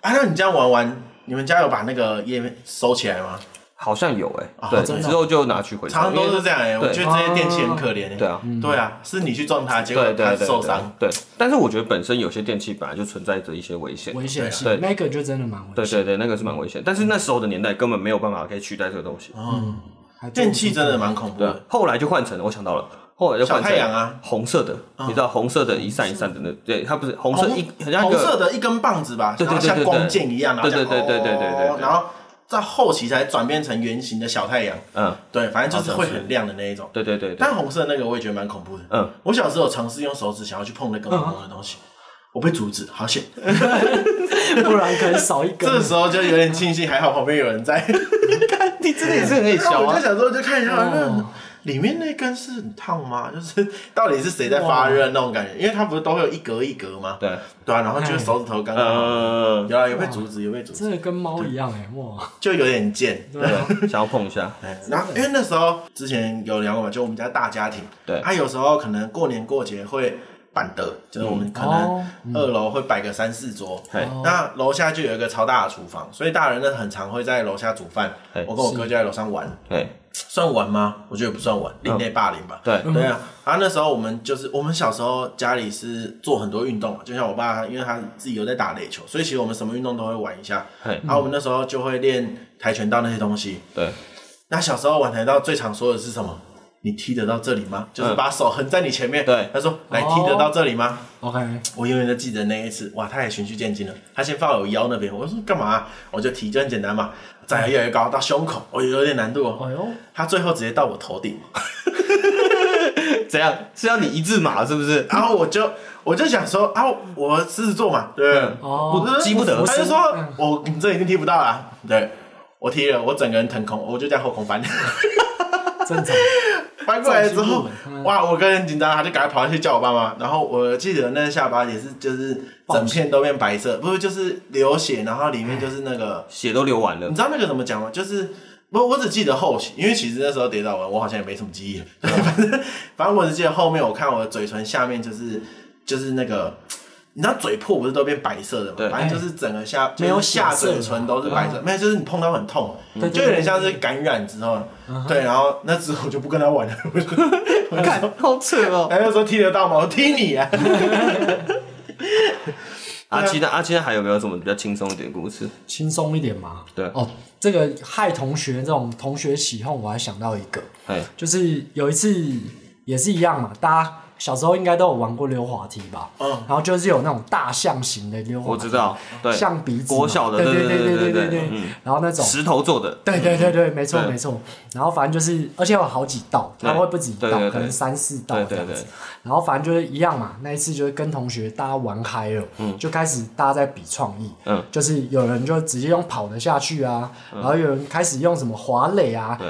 Speaker 2: 啊，那你这样玩完，你们家有把那个页面收起来吗？
Speaker 1: 好像有哎、
Speaker 2: 啊
Speaker 1: 对，
Speaker 2: 真
Speaker 1: 之
Speaker 2: 的哦
Speaker 1: 后就拿去回收，
Speaker 2: 常常都
Speaker 1: 因为
Speaker 2: 是这样哎，我
Speaker 1: 对
Speaker 2: 觉得这些电器很可怜哎。
Speaker 1: 对啊，
Speaker 2: 对啊，是你去撞它，结果
Speaker 1: 对
Speaker 2: 它
Speaker 1: 对对
Speaker 2: 受伤。
Speaker 1: 对，对但是我觉得本身有些电器本来就存在着一些危险，
Speaker 3: 危险
Speaker 1: 对
Speaker 3: 性，那个就真的蛮危
Speaker 1: 对
Speaker 3: 险。
Speaker 1: 对对，那个是蛮危险，但是那时候的年代根本没有办法可以取代这个东西，
Speaker 2: 哦
Speaker 3: 还真
Speaker 2: 电器真的蛮恐
Speaker 1: 嗯
Speaker 2: 怖
Speaker 1: 对啊
Speaker 2: 的，，
Speaker 1: 后来就换成了，我想到了。后来就换成
Speaker 2: 小太阳啊，
Speaker 1: 红色的，你知道红色的一扇一扇的那，对，它不嗯是红色一，很像一
Speaker 2: 红色
Speaker 1: 个，
Speaker 2: 的一根棒子吧，
Speaker 1: 对对
Speaker 2: 然后
Speaker 1: 对
Speaker 2: 像
Speaker 1: 对对
Speaker 2: 光剑一样，然后这样
Speaker 1: 对对对对对对对
Speaker 2: 哦
Speaker 1: 对
Speaker 2: 然后在后期才转变成圆形的小太阳，
Speaker 1: 嗯，
Speaker 2: 对，反正就是会很亮的那一种。
Speaker 1: 对对对对，
Speaker 2: 但红色那个我也觉得蛮恐怖的。
Speaker 1: 嗯，
Speaker 2: 我小时候有尝试用手指想要去碰那个毛毛的东西，我被阻止，好险！
Speaker 3: 不然可能少一根。
Speaker 2: 这时候就有点庆幸，还好旁边有人在。
Speaker 1: 你真的也是很
Speaker 2: (laughs) 然后
Speaker 1: 小
Speaker 2: 我
Speaker 1: 啊
Speaker 2: 就，想说，就看一下那
Speaker 3: 哦
Speaker 2: 里面那根是很烫吗？ (laughs) 就是到底是谁在发热那种感觉？因为它不是都会有一格一格吗？
Speaker 1: (laughs) 对，哎
Speaker 2: 对啊，然后就手指头刚刚好。
Speaker 1: 呃，
Speaker 2: 有啊，有被阻止，有被阻止，
Speaker 3: 真的跟猫一样哎，哇！
Speaker 2: 就有点贱。
Speaker 1: 对，想要碰一下，
Speaker 2: 哎然后因为那时候之前有聊过嘛，就我们家大家庭，
Speaker 1: 对
Speaker 2: 啊，有时候可能过年过节会板德，就是我们可能
Speaker 3: 哦
Speaker 2: 二楼会摆个三四桌，
Speaker 1: 嗯嘿，
Speaker 2: 那楼下就有一个超大的厨房，所以大人呢很常会在楼下煮饭
Speaker 1: 哎，
Speaker 2: 我跟我哥就在楼上玩，
Speaker 1: 嘿，
Speaker 2: 算玩吗？我觉得不算玩，另类霸凌吧。
Speaker 1: 嗯对，
Speaker 2: 对啊，然后那时候我们就是我们小时候家里是做很多运动嘛，就像我爸，因为他自己有在打垒球，所以其实我们什么运动都会玩一下。
Speaker 1: 嘿，
Speaker 2: 然后我们那时候就会练跆拳道那些东西。
Speaker 1: 对，
Speaker 2: 那小时候玩跆拳道最常说的是什么？你踢得到这里吗？就是把手横在你前面。
Speaker 1: 对
Speaker 2: 他说来踢得到这里吗？
Speaker 3: OK，哎
Speaker 2: 我永远都记得那一次，哇，他也循序渐进了。他先放我腰那边，我说干嘛啊、我就提，就很简单嘛。再来越来越高到胸口，我、有点难度哦。
Speaker 3: 哎呦，
Speaker 2: 他最后直接到我头顶，
Speaker 1: (laughs) 怎样？是要你一字马是不是？
Speaker 2: 然后我就我就想说啊，我狮子座嘛，对，
Speaker 1: 嗯
Speaker 3: 哦
Speaker 2: 我就是
Speaker 1: 记不得
Speaker 2: 他就说
Speaker 3: 嗯
Speaker 2: 我你这一定踢不到啦，对。我踢了，我整个人腾空，我就这样后空翻，
Speaker 3: 正常。
Speaker 2: (laughs) 翻过来之后，
Speaker 3: 嗯
Speaker 2: 哇，我跟很紧张，他就赶快跑上去叫我爸妈。然后我记得那下巴也是，就是整片都变白色，不是就是流血，然后里面就是那个，
Speaker 1: 血都流完了 (laughs)
Speaker 2: 你，知道那个怎么讲吗？就是我我只记得后期，因为其实那时候跌倒完，我好像也没什么记忆， (laughs) 反正反正我只记得后面，我看我的嘴唇下面就是就是那个。你知道嘴破不是都变白色的吗？
Speaker 1: 对
Speaker 2: 反正就是整个下，就是
Speaker 3: 哎没有血
Speaker 2: 下
Speaker 3: 色
Speaker 2: 嘴
Speaker 3: 嗯
Speaker 2: 唇都是白色，没有，就是你碰到很痛，
Speaker 3: 对嗯
Speaker 2: 就有点像是感染之后，对，然后那之后我就不跟他玩了， (laughs) 我就我就说
Speaker 1: 好扯哦。
Speaker 2: 还有说踢得到吗？我踢你啊！
Speaker 3: 啊
Speaker 1: 阿七呢？阿七呢？还有没有什么比较轻松一点的故事？
Speaker 3: 轻松一点嘛。
Speaker 1: 对
Speaker 3: 哦，这个害同学这种同学起哄，我还想到一个，
Speaker 1: 哎，
Speaker 3: 就是有一次也是一样嘛，大家小时候应该都有玩过溜滑梯吧？
Speaker 2: 嗯
Speaker 3: 然后就是有那种大象型的溜滑梯，
Speaker 1: 我知道，对，
Speaker 3: 象鼻子嘛，
Speaker 1: 国小的，
Speaker 3: 对
Speaker 1: 对
Speaker 3: 对
Speaker 1: 对
Speaker 3: 对
Speaker 1: 对
Speaker 3: 对，
Speaker 1: 嗯，
Speaker 3: 然后那种。
Speaker 1: 石头做的，
Speaker 3: 对对对对，没错
Speaker 1: 对
Speaker 3: 没错。然后反正就是，而且有好几道，
Speaker 1: 对
Speaker 3: 它会不止一道
Speaker 1: 对对，对
Speaker 3: 可能三四道
Speaker 1: 对
Speaker 3: 这
Speaker 1: 对
Speaker 3: 样
Speaker 1: 对
Speaker 3: 子。然后反正就是一样嘛，那一次就是跟同学大家玩开了，就开始大家在比创意，
Speaker 1: 嗯
Speaker 3: 就是有人就直接用跑的下去啊，然后有人开始用什么滑垒啊，
Speaker 1: 对，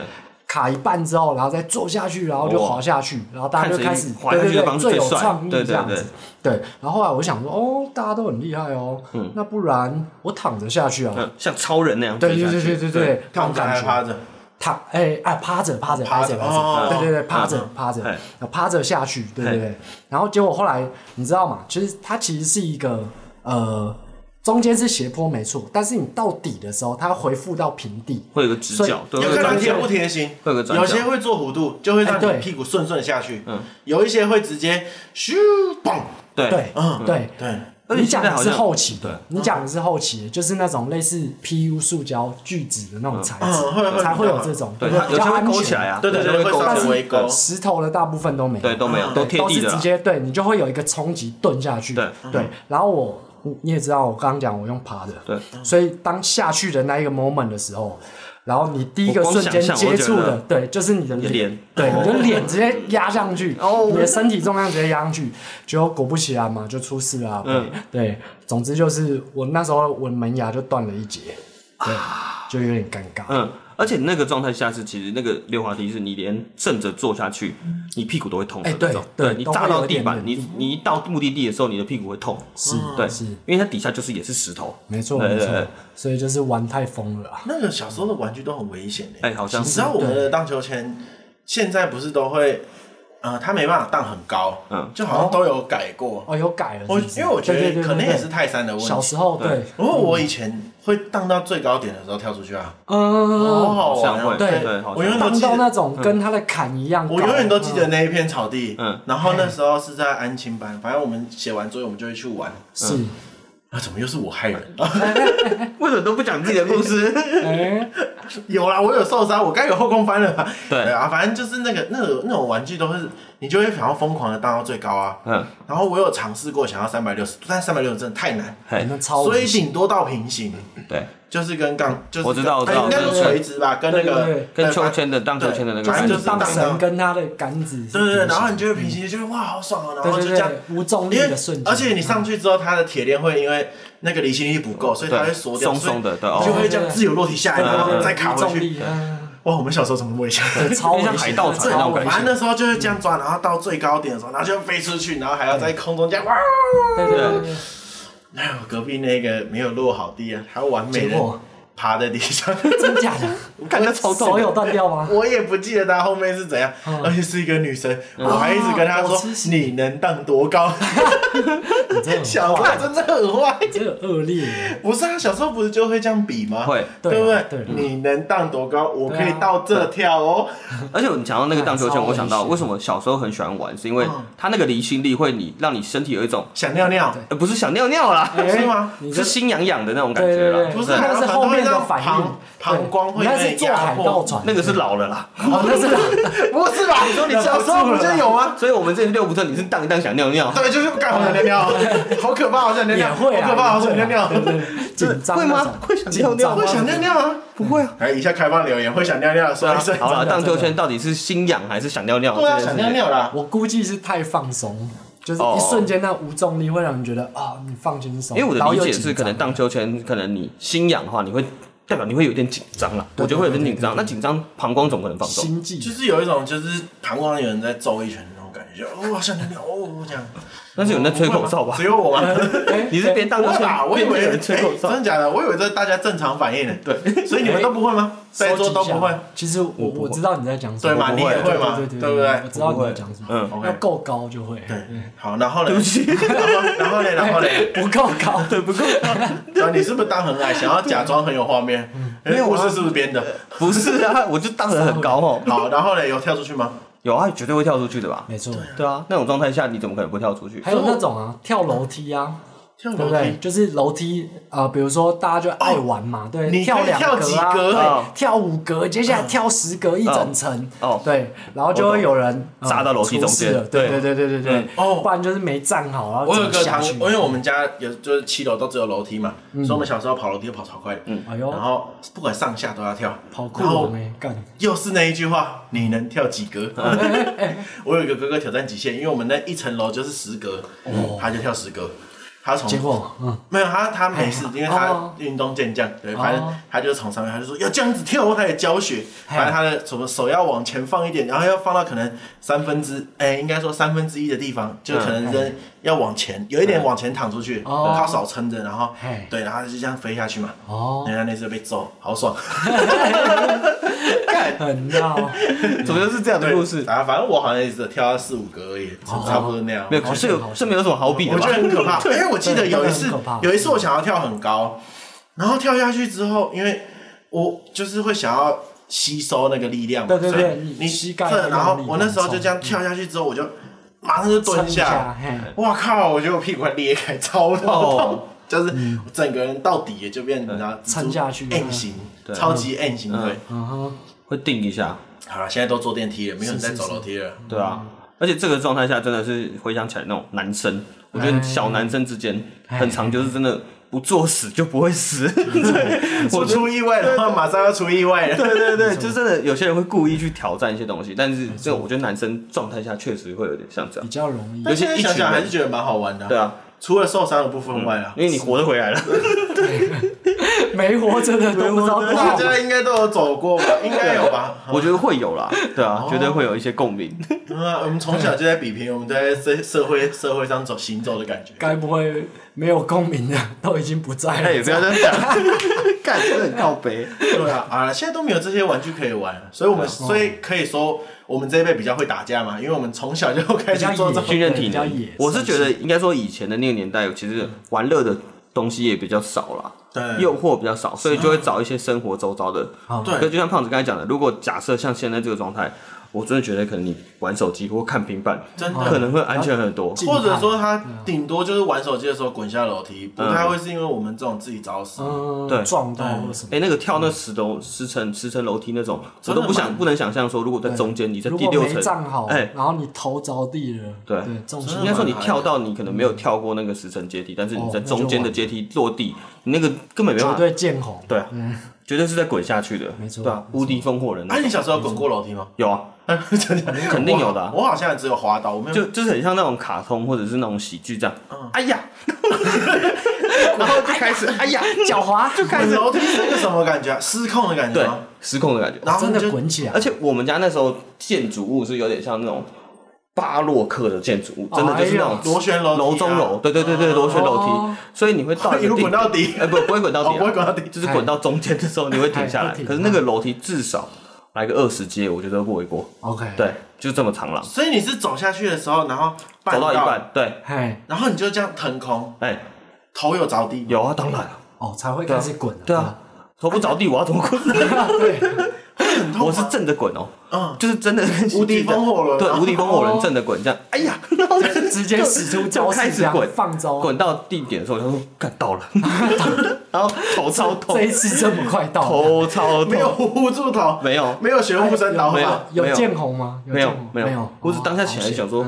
Speaker 3: 卡一半之后，然后再坐下去，然后就滑下去，然后大家就开始
Speaker 1: 看谁滑
Speaker 3: 对
Speaker 1: 下
Speaker 3: 对
Speaker 1: 去的方
Speaker 3: 对
Speaker 1: 式
Speaker 3: 最
Speaker 1: 最
Speaker 3: 有
Speaker 1: 帅
Speaker 3: 创意
Speaker 1: 对对
Speaker 3: 这样子。对，然后后来我想说，哦，大家都很厉害哦，那不然我躺着下去啊。
Speaker 1: 嗯，像超人那样
Speaker 3: 对
Speaker 1: 飞
Speaker 3: 对
Speaker 1: 下去，
Speaker 3: 对对对对，那
Speaker 2: 看
Speaker 3: 种
Speaker 2: 我还
Speaker 3: 感觉。
Speaker 2: 趴着，
Speaker 3: 躺哎哎趴着趴着
Speaker 2: 趴
Speaker 3: 趴
Speaker 2: 着
Speaker 3: 着
Speaker 2: 哦
Speaker 3: 趴着，对对对趴
Speaker 1: 嗯
Speaker 3: 着趴着呃
Speaker 1: 嘿，
Speaker 3: 趴着下去，对对对。然后结果后来你知道吗？其实它其实是一个呃中间是斜坡没错，但是你到底的时候，它回复到平地。
Speaker 1: 会有个直角，对，
Speaker 2: 有
Speaker 1: 会有
Speaker 2: 看
Speaker 1: 个
Speaker 2: 他
Speaker 1: 转
Speaker 2: 贴
Speaker 1: 角
Speaker 2: 不，贴心，
Speaker 1: 会有个嗯转角
Speaker 2: 有些会做弧度，就会让
Speaker 3: 哎对
Speaker 2: 你屁股顺顺下去。有一些会直接咻嘣，
Speaker 1: 对
Speaker 3: 对，
Speaker 2: 嗯
Speaker 3: 对。
Speaker 2: 对，
Speaker 1: 而且
Speaker 3: 你
Speaker 1: 现
Speaker 3: 讲
Speaker 1: 在
Speaker 3: 的
Speaker 1: 好
Speaker 3: 是
Speaker 1: 像
Speaker 3: 后期
Speaker 1: 对
Speaker 3: 的，你讲的是后期的，就是那种类似 PU 塑胶聚酯的那种材质
Speaker 2: 嗯会会，
Speaker 3: 才会有这种，
Speaker 1: 对，
Speaker 3: 不
Speaker 1: 它
Speaker 3: 比
Speaker 1: 有
Speaker 3: 较
Speaker 1: 些会
Speaker 3: 安
Speaker 1: 勾
Speaker 3: 全。
Speaker 1: 起来啊，
Speaker 2: 对对
Speaker 1: 有
Speaker 2: 对
Speaker 1: 些会
Speaker 2: 会
Speaker 1: 勾
Speaker 2: 稍
Speaker 1: 起
Speaker 2: 微
Speaker 1: 来，
Speaker 2: 微勾，
Speaker 3: 石头的大部分都没有，
Speaker 1: 对，都没有，
Speaker 2: 嗯
Speaker 1: 都
Speaker 3: 对
Speaker 1: 贴
Speaker 3: 都
Speaker 1: 地
Speaker 3: 是
Speaker 1: 的
Speaker 3: 直
Speaker 1: 啦，
Speaker 3: 接对你就会有一个冲击顿下去。
Speaker 1: 对
Speaker 3: 对，然后我你你也知道，我刚刚讲我用爬的，
Speaker 1: 对，
Speaker 3: 所以当下去的那一个 moment 的时候，然后你第一个
Speaker 1: 我光
Speaker 3: 瞬间
Speaker 1: 想象
Speaker 3: 接
Speaker 1: 我就
Speaker 3: 触
Speaker 1: 觉得
Speaker 3: 的，对，就是你的
Speaker 1: 你的脸
Speaker 3: 对，
Speaker 1: 哦
Speaker 3: 你的脸直接压上去，
Speaker 1: (laughs) 哦
Speaker 3: 你的身体重量直接压上去，结果果不其然嘛，就出事了啊。
Speaker 1: 嗯
Speaker 3: 对，总之就是我那时候我的门牙就断了一截，对，就有点尴尬。
Speaker 1: 嗯，而且那个状态下是，其实那个溜滑梯是你连正着坐下去，你屁股都会痛的
Speaker 3: 哎
Speaker 1: 那种。
Speaker 3: 对对
Speaker 1: 你
Speaker 3: 都会
Speaker 1: 炸
Speaker 3: 有
Speaker 1: 到地
Speaker 3: 一点
Speaker 1: 板，
Speaker 3: 点
Speaker 1: 你你一到目的地的时候，你的屁股会痛。
Speaker 3: 是，
Speaker 1: 对，
Speaker 3: 是，
Speaker 1: 因为它底下就是也是石头。
Speaker 3: 没错，
Speaker 1: 对
Speaker 3: 没
Speaker 1: 对
Speaker 3: 错
Speaker 1: 对，
Speaker 3: 所以就是玩太疯了啊。
Speaker 2: 那个小时候的玩具都很危险诶。
Speaker 1: 哎，好像
Speaker 2: 你
Speaker 1: 是
Speaker 2: 知道我们的荡秋千现在不是都会，呃，它没办法荡很高，
Speaker 1: 嗯
Speaker 2: 就好像都有改过。
Speaker 3: 哦，有改了是
Speaker 2: 我
Speaker 3: 不是
Speaker 2: 因为我觉
Speaker 3: 对对
Speaker 2: 得
Speaker 3: 对
Speaker 2: 可能
Speaker 3: 对对
Speaker 2: 也是泰山的问
Speaker 3: 小
Speaker 2: 题。
Speaker 3: 时候
Speaker 1: 对
Speaker 3: 对，
Speaker 2: 不过我以前会荡到最高点的时候跳出去啊，好
Speaker 3: 嗯，
Speaker 2: 好玩
Speaker 1: 像会
Speaker 2: 啊！
Speaker 3: 对
Speaker 1: 对好像
Speaker 2: 我永远都
Speaker 3: 荡
Speaker 2: 记
Speaker 3: 到
Speaker 2: 得，嗯
Speaker 3: 那种跟他的坎一样高，
Speaker 2: 我永远都记
Speaker 3: 哦
Speaker 2: 得那一片草地。
Speaker 1: 嗯
Speaker 2: 然后那时候是在安亲班，反正我们写完作业我们就会去玩。
Speaker 3: 嗯是，
Speaker 2: 啊，怎么又是我害人？
Speaker 1: 为什么都不讲自己的故事？
Speaker 2: 嗯
Speaker 3: 哎，
Speaker 2: (laughs) 有啦，我有受伤，我该有后空翻了吧？
Speaker 1: 对
Speaker 2: 啊，反正就是那个那种那种玩具都是，你就会想要疯狂的荡到最高啊。
Speaker 1: 嗯，
Speaker 2: 然后我有尝试过想要三百六十，但三百六十真的太难，
Speaker 1: 嘿，
Speaker 3: 哎那超
Speaker 2: 所以
Speaker 3: 级
Speaker 2: 顶多到平行，
Speaker 1: 对，
Speaker 2: 就是跟杠，就
Speaker 1: 嗯
Speaker 2: 是
Speaker 1: 我知道我知
Speaker 2: 跟
Speaker 1: 道
Speaker 2: 哎应该
Speaker 1: 对对
Speaker 2: 是垂直吧，跟那
Speaker 3: 对
Speaker 2: 个
Speaker 3: 对
Speaker 1: 跟秋千的荡秋千的那个
Speaker 2: 对
Speaker 1: 感觉一
Speaker 2: 反正就是荡
Speaker 1: 样
Speaker 3: 棒
Speaker 2: 荡
Speaker 3: 绳跟他的杆子是
Speaker 2: 对对对，
Speaker 3: 平行
Speaker 2: 然后你就会平行，就是哇好爽啊，然后
Speaker 3: 对
Speaker 2: 就
Speaker 3: 对
Speaker 2: 这样。
Speaker 3: 对无重力
Speaker 2: 因为
Speaker 3: 的瞬间，
Speaker 2: 而且你上去之后，它的铁链会因为那个离心力不够，所以它会缩掉，
Speaker 1: 松松的，对
Speaker 2: 所以就
Speaker 1: 哦。
Speaker 2: 会这样自由落体下来，
Speaker 3: 对
Speaker 2: 然
Speaker 3: 对对
Speaker 2: 后再卡
Speaker 3: 无
Speaker 2: 回
Speaker 3: 重
Speaker 2: 去。
Speaker 3: 力，嗯
Speaker 2: 哇，我们小时候怎么那么强？
Speaker 3: 对超危
Speaker 1: 像
Speaker 3: 险
Speaker 1: 海盗船那种感觉
Speaker 2: 反
Speaker 3: 超危
Speaker 2: 正
Speaker 3: 险
Speaker 2: 那时候就是这样抓，然后到最高点的时候，然后就飞出去，然后还要在空中这样哇！
Speaker 3: 对对对对，
Speaker 2: 哎呦，隔壁那个没有落好地啊，他完美
Speaker 3: 结
Speaker 2: 的
Speaker 3: 果
Speaker 2: 趴在地
Speaker 3: (laughs)
Speaker 2: 上，
Speaker 3: 对真假的，
Speaker 1: 我感觉超痛
Speaker 3: 手
Speaker 1: 的，
Speaker 3: 有断掉吗？
Speaker 2: 我也不记得他后面是怎
Speaker 3: (laughs)
Speaker 2: 样，而且是一个女生，我还一直跟她
Speaker 3: 嗯哦
Speaker 2: 说
Speaker 3: 我知识
Speaker 2: 你能荡多高，
Speaker 3: (laughs) 你真的
Speaker 2: (laughs)
Speaker 3: 很
Speaker 2: 小
Speaker 3: 坏
Speaker 2: 胖真的很坏。
Speaker 3: 你真的很恶劣耶，
Speaker 2: 不是啊，小时候不是就会这样比吗？
Speaker 1: 会
Speaker 2: 对不
Speaker 3: 对啊
Speaker 2: 对？
Speaker 3: 对啊
Speaker 2: 你能荡多高，我可以
Speaker 3: 对啊
Speaker 2: 到这跳哦。
Speaker 1: 而且你讲到那个荡秋千，
Speaker 3: 超危
Speaker 1: 我想到
Speaker 3: 险
Speaker 1: 为什么小时候很喜欢玩，是因为
Speaker 2: 嗯
Speaker 1: 它那个离心力会你让你身体有一种，
Speaker 2: 想尿尿，
Speaker 1: 呃，不是想尿尿啦， (laughs)
Speaker 3: 哎
Speaker 2: 是吗
Speaker 3: 你
Speaker 1: 是
Speaker 3: 这
Speaker 1: 心痒痒的那种感觉啦
Speaker 3: 对对。对
Speaker 2: 不是，
Speaker 3: 那
Speaker 2: 还有
Speaker 3: 是
Speaker 2: 很
Speaker 3: 后
Speaker 2: 多
Speaker 3: 面的
Speaker 2: 那种
Speaker 3: 反应
Speaker 2: 膀膀胱会
Speaker 3: 你那
Speaker 2: 被
Speaker 3: 是坐
Speaker 2: 压
Speaker 3: 海盗
Speaker 2: 迫。
Speaker 3: 船，
Speaker 1: 那个是老了啦，
Speaker 3: 哦，那是
Speaker 2: (laughs) 不是吧？你说你小时候不就有吗？
Speaker 1: 所以我们这六不特你是荡一荡想尿
Speaker 2: (laughs)
Speaker 1: 尿，
Speaker 2: 对，就是干好
Speaker 1: (laughs)
Speaker 2: 想尿尿，好可怕，好想尿
Speaker 3: (laughs) 也
Speaker 2: 尿，
Speaker 3: 会啊，
Speaker 2: 好可怕，好想尿尿，
Speaker 3: 对
Speaker 2: (laughs)
Speaker 3: 对对紧张
Speaker 1: 会
Speaker 3: 那
Speaker 1: 吗
Speaker 3: 种
Speaker 1: 会想尿尿
Speaker 2: 会想尿。
Speaker 3: 紧张
Speaker 2: 尿啊？
Speaker 1: 不会啊。
Speaker 2: 来，以下开放留言，会想尿尿，
Speaker 1: 对
Speaker 2: 说
Speaker 1: 啊
Speaker 2: 一声。，
Speaker 1: 好了，
Speaker 2: (laughs)
Speaker 3: 真的
Speaker 1: 荡秋千到底是心痒还是想尿尿？
Speaker 2: 对啊，
Speaker 1: 这
Speaker 2: 想
Speaker 1: 件事
Speaker 2: 尿
Speaker 1: 情。
Speaker 2: 尿啦。
Speaker 3: 我估计是太放松，就是
Speaker 1: 哦
Speaker 3: 一瞬间那无重力会让人觉得啊、你放轻松。
Speaker 1: 因为我
Speaker 2: 哦
Speaker 3: 然后
Speaker 1: 的理
Speaker 3: 又
Speaker 1: 解
Speaker 3: 紧
Speaker 1: 是，
Speaker 3: 张
Speaker 1: 可能荡秋千，可能你心痒的话，你会代表你会有点紧张了，
Speaker 2: 嗯
Speaker 1: 我觉得会有点紧张。那紧张，膀胱总不能放松。
Speaker 3: 心悸
Speaker 2: 就是有一种就是膀胱有人在揍一拳那种感觉，哦，想尿尿哦这样。
Speaker 1: 但是有人在吹口哨吧
Speaker 2: 只？有我吗？
Speaker 3: 哎
Speaker 1: (laughs) 你是边当
Speaker 2: 不
Speaker 1: 着
Speaker 2: 会吧？啊 (laughs) 我以
Speaker 1: 边
Speaker 2: 为
Speaker 1: 边有人吹口
Speaker 2: 哎
Speaker 1: 哨
Speaker 2: 真的，假的？我以为这是大家正常
Speaker 1: (laughs)
Speaker 2: 反应呢。对，所以你们都不会吗？在座都不会，。
Speaker 3: 其实我
Speaker 1: 不会
Speaker 3: 我知道你在讲什
Speaker 2: 对
Speaker 3: 么，
Speaker 2: 嘛？
Speaker 1: 我
Speaker 2: 你
Speaker 1: 不会
Speaker 2: 也会嘛？
Speaker 3: 对
Speaker 2: 对
Speaker 3: 对
Speaker 2: 不对
Speaker 3: 我？知道你
Speaker 1: 不
Speaker 3: 在
Speaker 1: 会
Speaker 3: 讲什么。
Speaker 1: 嗯
Speaker 2: ，OK
Speaker 3: 要够高就会。
Speaker 2: 对，好，然后呢
Speaker 1: 对？不起，
Speaker 2: 然后然后呢？
Speaker 1: (laughs)
Speaker 2: 然后呢？
Speaker 3: 不够
Speaker 2: (laughs)
Speaker 3: 高，对不够高。
Speaker 2: 对，啊你是不是当很矮，想要假装很有画面？哎
Speaker 1: 没有啊
Speaker 2: 故事是不是编的？
Speaker 1: 不是啊，我就当时很高哦。
Speaker 2: 好，然后呢？有跳出去吗？
Speaker 1: (laughs) 有啊，绝对会跳出去的吧？
Speaker 3: 没错，
Speaker 1: 对啊，那种状态下你怎么可能不跳出去？
Speaker 3: 还有那种啊，跳楼梯啊，
Speaker 2: 跳
Speaker 3: 对
Speaker 2: 楼
Speaker 3: 不对？
Speaker 2: 梯，
Speaker 3: 就是楼梯啊、呃比如说大家就爱玩嘛，
Speaker 2: 你可
Speaker 3: 对，
Speaker 2: 以
Speaker 3: 两
Speaker 2: 跳
Speaker 3: 格
Speaker 2: 几
Speaker 3: 啊，
Speaker 2: 格
Speaker 1: 哦
Speaker 3: 对，跳五格，接下来跳十格一整层，
Speaker 1: 哦
Speaker 3: 对，然后就会有人呃
Speaker 1: 砸到楼梯中间
Speaker 3: 出事了对对
Speaker 1: 对
Speaker 3: 对对对对
Speaker 1: 嗯，
Speaker 2: 哦
Speaker 3: 不然就是没站好，然后
Speaker 2: 我有
Speaker 3: 整
Speaker 2: 个
Speaker 3: 下
Speaker 2: 堂，
Speaker 3: 去。嗯
Speaker 2: 因为我们家有就是七楼都只有楼梯嘛，所以我们小时候跑楼梯都跑超快的，
Speaker 3: 哎呦
Speaker 2: 然，后不管上下都要跳，
Speaker 3: 跑酷
Speaker 2: 然后
Speaker 3: 王哎，干，
Speaker 2: 又是那一句话，你能跳几格？
Speaker 3: 嗯
Speaker 2: (laughs) 我有一个哥哥挑战极限，因为我们那一层楼就是十格，他就跳十格。他从
Speaker 3: 哦结果嗯，
Speaker 2: 没有他，他没事
Speaker 3: 哎，
Speaker 2: 因为
Speaker 3: 哦
Speaker 2: 他运动健将，对，反正
Speaker 3: 哦
Speaker 2: 他就从上面，他就说要这样子跳，我开始教学。
Speaker 1: 哎
Speaker 3: 嘿
Speaker 2: 反正他的什么手要往前放一点，然后要放到可能三分之，哎，应该说三分之一的地方，就可
Speaker 1: 嗯
Speaker 2: 能
Speaker 1: 哎
Speaker 2: 扔要往前，有一点往前躺出去，
Speaker 3: 哦
Speaker 2: 靠手撑着，然后
Speaker 1: 哎
Speaker 3: 嘿
Speaker 2: 对，然后就这样飞下去嘛。
Speaker 3: 哦，
Speaker 2: 人家那次被揍，好爽。
Speaker 3: 很闹，
Speaker 1: 怎么 (laughs) 又是这样的
Speaker 2: 对，
Speaker 1: 故事？
Speaker 2: 反正反正我嗯好像也只跳到四五格而已，差不多那样。
Speaker 1: 没有，可是有是没有什么好比的
Speaker 2: 我觉
Speaker 1: 吧
Speaker 2: 得？很可怕，因为我记得有一
Speaker 3: 真
Speaker 2: 次
Speaker 3: 的很可怕，
Speaker 2: 有一次我想要跳很高，然后跳下去之后，因为我就是会想要吸收那个力量嘛，
Speaker 3: 对对
Speaker 2: 所以
Speaker 3: 对你
Speaker 2: 你
Speaker 3: 膝盖
Speaker 2: 这
Speaker 3: 要用
Speaker 2: 然后
Speaker 3: 力
Speaker 2: 我那时候
Speaker 3: 往
Speaker 2: 就
Speaker 3: 上
Speaker 2: 这样跳下去之后，我就马上就
Speaker 3: 撑
Speaker 2: 蹲
Speaker 3: 一
Speaker 2: 下，
Speaker 3: 嘿，
Speaker 2: 哇靠！我觉得我屁股快裂开，超
Speaker 1: 哦
Speaker 2: 痛，就是我整个人到底也就变成你知道
Speaker 3: 撑下去
Speaker 2: N 型，
Speaker 1: 对
Speaker 2: 超级 N 型对。
Speaker 3: 嗯哼，
Speaker 1: 会定一下，
Speaker 2: 好了，现在都坐电梯了，没有人再走楼梯了。
Speaker 1: 对啊。而且这个状态下，真的是回想起来那种男生，我觉得小男生之间很常就是真的不作死就不会死。 (laughs) 对，
Speaker 2: 我
Speaker 1: 我
Speaker 2: 出意外的话，马上要出意外了。
Speaker 1: 对对对，就真的有些人会故意去挑战一些东西，但是这种我觉得男生状态下确实会有点像这样
Speaker 3: 比。较容易
Speaker 1: 对。
Speaker 2: 但现在想想还是觉得蛮好玩的啊。
Speaker 1: 对啊，
Speaker 2: 除了受伤的部分外啊， (laughs)
Speaker 1: 因为你活着回来 (laughs) 了，
Speaker 3: 没活着的都不知道多
Speaker 2: 大
Speaker 3: 少
Speaker 2: 家应该都有走过吧？ (laughs) 应该有吧？
Speaker 1: 我觉得会有啦，对啊，绝对会有一些共鸣。
Speaker 2: 嗯啊，我们从小就在比拼，我们都在社社会社会上走行走的感觉。
Speaker 3: 该不会没有共鸣的都已经不在了？
Speaker 1: 哎，不要这样讲， (laughs) 干真的很靠北。
Speaker 2: 对啊，啊，现在都没有这些玩具可以玩了，所以我们
Speaker 1: 啊
Speaker 2: 所以可以说我们这一辈比较会打架嘛，因为我们从小就开始做这种
Speaker 3: 比较野
Speaker 1: 训练体
Speaker 3: 比较
Speaker 1: 能
Speaker 3: 野，
Speaker 1: 我是觉得应该说以前的那个年代，其实玩乐的东西也比较少啦。
Speaker 2: 对
Speaker 1: 诱惑比较
Speaker 3: 嗯
Speaker 1: 少，所以就会找一些生活周遭的。
Speaker 3: 啊
Speaker 2: 对
Speaker 1: 所以就像胖子刚才讲的，如果假设像现在这个状态，我真的觉得可能你玩手机或看平板，
Speaker 2: 真
Speaker 3: 哦
Speaker 1: 可
Speaker 2: 的。
Speaker 1: 能会安全很多。
Speaker 3: 静态
Speaker 2: 或者说他顶多就是玩手机的时候滚下楼梯，不太会是因为我们这种自己找死。
Speaker 3: 嗯，
Speaker 1: 对
Speaker 3: 撞到或什么。
Speaker 1: 哎、那个跳那十楼、十层、十层楼梯那种，我
Speaker 2: 的
Speaker 1: 都不想
Speaker 2: 蛮
Speaker 1: 不能想象说，如果在中间，你在
Speaker 3: 如
Speaker 1: 第
Speaker 3: 果
Speaker 1: 六
Speaker 3: 没
Speaker 1: 层，
Speaker 3: 站好，
Speaker 1: 哎
Speaker 3: 然后你头着地了，
Speaker 1: 对
Speaker 3: 对，重心
Speaker 1: 应该说你跳到你可能
Speaker 3: 嗯
Speaker 1: 没有跳过那个十层阶梯，但是你在中间的阶梯落地，你那个根本没
Speaker 3: 哦绝
Speaker 1: 办法，
Speaker 3: 对见红。
Speaker 1: 对啊，绝对是在滚下去的，
Speaker 3: 没错
Speaker 1: 对啊，无敌风火人那
Speaker 2: 哎，
Speaker 1: 种，
Speaker 2: 你小时候滚过楼梯吗？
Speaker 1: 有啊，
Speaker 2: 真的
Speaker 1: 肯定有的啊
Speaker 2: (laughs) 我好像只有滑倒，我没有
Speaker 1: 就就是很像那种卡通或者是那种喜剧这样，
Speaker 2: 嗯
Speaker 1: 哎呀， (laughs) 然后就开始哎呀，
Speaker 3: 脚滑就
Speaker 2: 滚楼梯是个什么感觉啊？失控的感觉
Speaker 1: 对
Speaker 2: 吗？，
Speaker 1: 失控的感觉。
Speaker 2: 然后
Speaker 3: 哦真
Speaker 2: 你
Speaker 3: 的
Speaker 2: 就
Speaker 3: 滚起来
Speaker 1: 而，且我们家那时候建筑物是有点像那种巴洛克的建筑物，真的就是那种
Speaker 3: 哎
Speaker 2: 哦呦螺旋楼梯啊
Speaker 1: 楼中楼，对对对对，螺旋楼
Speaker 3: 哦
Speaker 1: 梯，所以你会到一
Speaker 2: (laughs)
Speaker 1: 个
Speaker 2: 一路
Speaker 1: 地
Speaker 2: 滚到底
Speaker 1: 哎，不不会滚到底
Speaker 2: 哦
Speaker 1: 啊，
Speaker 2: 不会滚到底
Speaker 1: 就是滚到中间的时候你会停下
Speaker 3: 哎
Speaker 1: 来
Speaker 3: 会，停
Speaker 1: 可是那个楼梯至少来个二十阶，我觉得过一过，
Speaker 3: OK，，
Speaker 1: 对，就这么长廊，
Speaker 2: 所以你是走下去的时候，然后绊
Speaker 1: 走到一，半，对，
Speaker 3: 嘿，
Speaker 2: 然后你就这样腾空，
Speaker 1: 哎，
Speaker 2: 头有着地，
Speaker 1: 有啊，当然啊，
Speaker 3: 哦，才会开始滚，
Speaker 1: 对啊，头不着地我要怎么 (laughs) 滚？
Speaker 3: 对，
Speaker 2: 很
Speaker 1: 我
Speaker 2: 痛吗
Speaker 1: 是正着滚哦，
Speaker 2: 嗯，
Speaker 1: 就是真的跟
Speaker 2: 无敌风火轮
Speaker 1: 对，
Speaker 2: 然后
Speaker 1: 无敌风火轮正着滚这样，哎呀，然后就
Speaker 3: 直接使出
Speaker 1: 就
Speaker 3: 招
Speaker 1: 开
Speaker 3: 式这
Speaker 1: 始
Speaker 3: 样
Speaker 1: 滚，
Speaker 3: 放招，
Speaker 1: 滚到地点的时候，他说干到 (laughs) 了，然后头超痛
Speaker 3: 这，一次这么快到，
Speaker 1: 头超
Speaker 2: (laughs) 没有
Speaker 1: 痛，
Speaker 2: 护住头，
Speaker 1: 没有
Speaker 2: 没有学护身导
Speaker 1: 没
Speaker 2: 法，
Speaker 1: 有
Speaker 3: 有见红吗？
Speaker 1: 没有
Speaker 3: 见红
Speaker 1: 没
Speaker 3: 没哦
Speaker 1: 有，我只当下起来想说，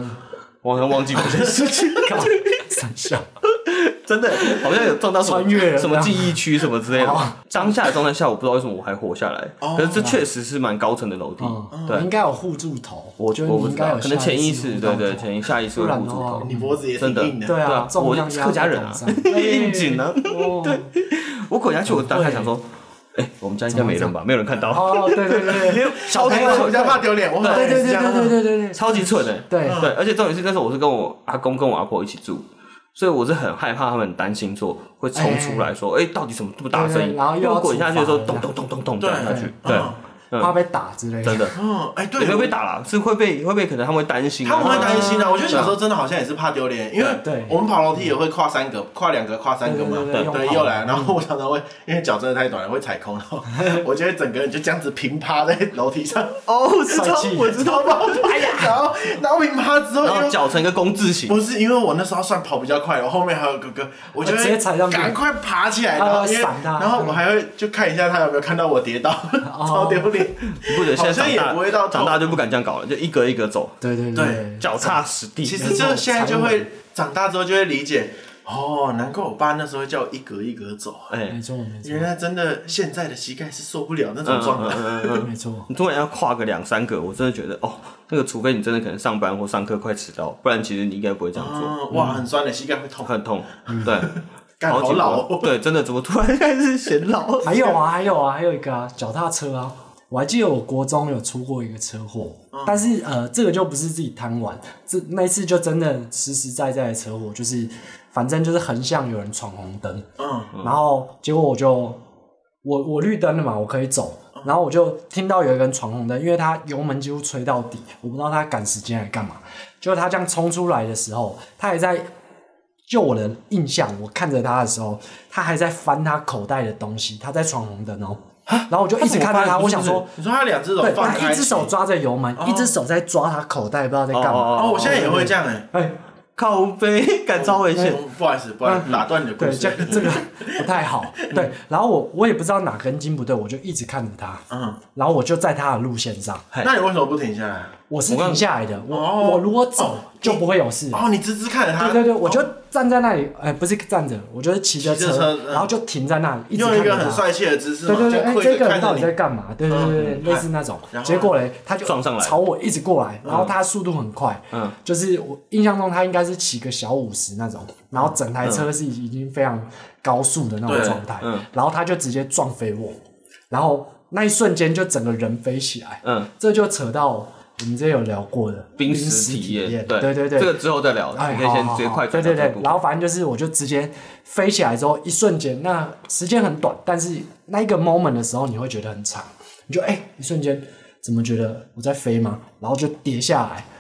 Speaker 1: 我好像忘记某件事情，
Speaker 3: 三笑，
Speaker 1: (laughs) 真的好像有撞到什么
Speaker 3: 穿越了
Speaker 1: 什么记忆区什么之类
Speaker 3: 哦
Speaker 1: 的。当下的状态下，我不知道为什么我还活下来，可是这确实是蛮高层的楼梯
Speaker 3: 嗯，，
Speaker 1: 对
Speaker 3: 你应。该有护住头，
Speaker 1: 我
Speaker 3: 觉得
Speaker 1: 我
Speaker 3: 你
Speaker 1: 不
Speaker 3: 应
Speaker 1: 知
Speaker 3: 该
Speaker 1: 道，
Speaker 3: 有
Speaker 1: 可能
Speaker 3: 下
Speaker 1: 潜
Speaker 3: 一
Speaker 1: 意
Speaker 3: 次
Speaker 1: 识
Speaker 3: 护
Speaker 1: 对
Speaker 3: 到
Speaker 1: 对，
Speaker 3: 头
Speaker 1: 潜意下意识
Speaker 3: 不
Speaker 1: 会
Speaker 3: 然
Speaker 1: 护住
Speaker 3: 的话
Speaker 1: 头。
Speaker 2: 你脖子也
Speaker 1: 真
Speaker 2: 挺
Speaker 1: 的
Speaker 2: 硬的，
Speaker 3: 对
Speaker 1: 对
Speaker 3: 啊
Speaker 1: 啊，
Speaker 3: 重量
Speaker 1: 我
Speaker 3: 压
Speaker 1: 客家
Speaker 3: 在
Speaker 1: 人
Speaker 3: 头
Speaker 1: 啊
Speaker 3: 上
Speaker 1: 应景啊
Speaker 3: 对，
Speaker 1: 我滚下去，我当下想说，哎，我们家应该没人吧？没有人看到，
Speaker 3: 哦，对对
Speaker 1: (laughs)
Speaker 3: 对对
Speaker 1: 超级
Speaker 2: 哎我比较
Speaker 1: 蠢，
Speaker 2: 怕丢脸，我很啊
Speaker 3: 对对对对对对对对
Speaker 1: 超级蠢哎！
Speaker 3: 对，
Speaker 1: 对，而且重点是那时候我是跟我阿公跟我阿婆一起住，所以我是很害怕他们很担心说会冲出来说，哎，到底什么这么大的声
Speaker 3: 对
Speaker 1: 音？
Speaker 3: 对然后又要
Speaker 1: 因为我滚下去的时候，
Speaker 3: 处罚
Speaker 1: 咚咚咚咚咚
Speaker 2: 对
Speaker 1: 这样下去，
Speaker 2: 对
Speaker 1: 对，嗯
Speaker 3: 怕被打之类的。 (laughs)
Speaker 1: 真的，
Speaker 2: 嗯，哎，对，
Speaker 1: 也没有被打啦，是会被会被可能他们会担心啊，
Speaker 2: 他们会担心啊，
Speaker 3: 嗯
Speaker 2: 我觉得小时候真的好像也是怕丢脸，因
Speaker 3: 对
Speaker 2: 为我们跑楼梯也会跨三格、跨两格、跨三格嘛
Speaker 3: 对对对，嗯用
Speaker 2: 对，
Speaker 3: 跑
Speaker 2: 又来，然后我常常会因为脚真的太短了会踩空，然后我觉得整个人就这样子平趴在楼梯上，
Speaker 1: 哦，我
Speaker 2: (laughs)
Speaker 1: 知道
Speaker 3: 帅气
Speaker 1: 我知道吧？
Speaker 2: 哎呀，然后然后平趴之后，
Speaker 1: 然
Speaker 2: 因
Speaker 1: 后
Speaker 2: 为
Speaker 1: 绞成一个工字形，
Speaker 2: 不是因为我那时候算跑比较快，我后面还有哥哥，我就
Speaker 3: 哦直接踩上去
Speaker 2: 赶快爬起来，
Speaker 3: 他
Speaker 2: 然后
Speaker 3: 要
Speaker 2: 因为
Speaker 3: 闪他
Speaker 2: 然后我还会就看一下他有没有看到我跌倒， (laughs)
Speaker 3: 哦
Speaker 2: 超丢脸。
Speaker 3: (laughs)
Speaker 1: 不能现在
Speaker 2: 好像
Speaker 1: 长
Speaker 2: 也
Speaker 1: 大
Speaker 2: 不会到
Speaker 1: 长大就不敢这样搞了，就一格一格走，
Speaker 3: 对对
Speaker 2: 对
Speaker 1: 脚踏实地。
Speaker 2: 其实这现在就会长大之后就会理解，哦，难怪我爸那时候会叫我一格一格走， (laughs)
Speaker 1: 哎
Speaker 3: 没，错没错
Speaker 2: 原来真的现在的膝盖是受不了那
Speaker 1: 嗯
Speaker 2: 种状
Speaker 1: 嗯
Speaker 2: 态。
Speaker 1: 嗯嗯嗯， (laughs)
Speaker 3: 没错，
Speaker 1: 你突然要跨个两三个，我真的觉得哦，那个除非你真的可能上班或上课快迟到，不然其实你应该不会这样
Speaker 3: 哦
Speaker 1: 做，
Speaker 2: 嗯，哇，很酸的膝盖会痛，
Speaker 1: 很痛。
Speaker 3: 嗯 (laughs)
Speaker 1: 对，
Speaker 2: 干好
Speaker 1: 几
Speaker 2: 老
Speaker 1: 个
Speaker 2: 哦。
Speaker 1: 对，真的怎么突然开始显
Speaker 3: (laughs)
Speaker 1: 老？
Speaker 3: 还有啊还有啊还有一个啊，脚踏车啊。我还记得我国中有出过一个车祸，
Speaker 1: 嗯
Speaker 3: 但是呃，这个就不是自己贪玩，这那一次就真的实实在在的车祸，就是反正就是横向有人闯红灯，
Speaker 2: 嗯，
Speaker 3: 然后结果我就我我绿灯了嘛，我可以走，然后我就听到有一个人闯红灯，因为他油门几乎吹到底，我不知道他赶时间来干嘛。结果他这样冲出来的时候，他还在，就我的印象，我看着他的时候，他还在翻他口袋的东西，他在闯红灯哦。然后我就一直看
Speaker 1: 他怎么
Speaker 3: 着他，
Speaker 1: 翻
Speaker 3: 我想说，
Speaker 2: 你说他两只手
Speaker 3: 对，
Speaker 2: 放
Speaker 3: 他
Speaker 2: 开，
Speaker 3: 一只手抓着油门，一只手在抓他口袋，不知道在干嘛。
Speaker 2: 哦，我现在也会这样哎、
Speaker 3: 哎，
Speaker 1: 靠背，感超危
Speaker 3: 哦
Speaker 1: 险。
Speaker 2: 嗯不好意思，不好意思，打断你的故
Speaker 3: 对，
Speaker 2: 事。
Speaker 3: 这个这个不太好。对，然后我我也不知道哪根筋不对，我就一直看着他。
Speaker 2: 嗯，
Speaker 3: 然后我就在他的路线上，
Speaker 2: 那你为什么不停下来？
Speaker 3: 我是停下来的，我
Speaker 2: 哦
Speaker 3: 我如果走就不会有事。
Speaker 2: 哦，你直直看着他，
Speaker 3: 对对对，我就站在那里，哎，不是站着，我就是骑着
Speaker 2: 骑着车
Speaker 3: 车，
Speaker 2: 嗯
Speaker 3: 然后就停在那里，一直
Speaker 2: 用一
Speaker 3: 看
Speaker 2: 个
Speaker 3: 着
Speaker 2: 很
Speaker 3: 他。
Speaker 2: 帅气的姿势
Speaker 3: 对
Speaker 2: 嘛，
Speaker 3: 对对，
Speaker 2: 就
Speaker 3: 哎，
Speaker 2: 跪
Speaker 3: 这
Speaker 2: 着
Speaker 3: 个
Speaker 2: 看
Speaker 3: 人到
Speaker 2: 着
Speaker 3: 底
Speaker 2: 你
Speaker 3: 在。干嘛？对对对对，
Speaker 2: 嗯
Speaker 3: 类似那种
Speaker 2: 然。后
Speaker 3: 结果嘞，他就
Speaker 1: 撞上来
Speaker 3: 朝我一直过来，然后他速度很快，
Speaker 1: 嗯，
Speaker 3: 就是我印象中他应该是骑个小五十那种，然后整台车是已经非常高速的那种
Speaker 2: 对
Speaker 3: 状态
Speaker 1: 嗯，
Speaker 3: 然后他就直接撞飞我，然后那一瞬间就整个人飞起来，
Speaker 1: 嗯，
Speaker 3: 这就扯到我们之前有聊过的
Speaker 1: 濒
Speaker 3: 死
Speaker 1: 死体验，
Speaker 3: 对对对，
Speaker 1: 这个之后再聊，
Speaker 3: 哎，
Speaker 1: 你可以
Speaker 3: 好
Speaker 1: 先
Speaker 3: 好
Speaker 1: 直接
Speaker 3: 好
Speaker 1: 快
Speaker 3: 对
Speaker 1: 转到
Speaker 3: 对
Speaker 1: 这
Speaker 3: 对
Speaker 1: 部，
Speaker 3: 然。后反正就是我就直接飞起来之后，一瞬间，那时间很短，但是那一个 moment 的时候，你会觉得很长，你就哎、一瞬间怎么觉得我在飞吗？然后就跌下来，
Speaker 1: 嗯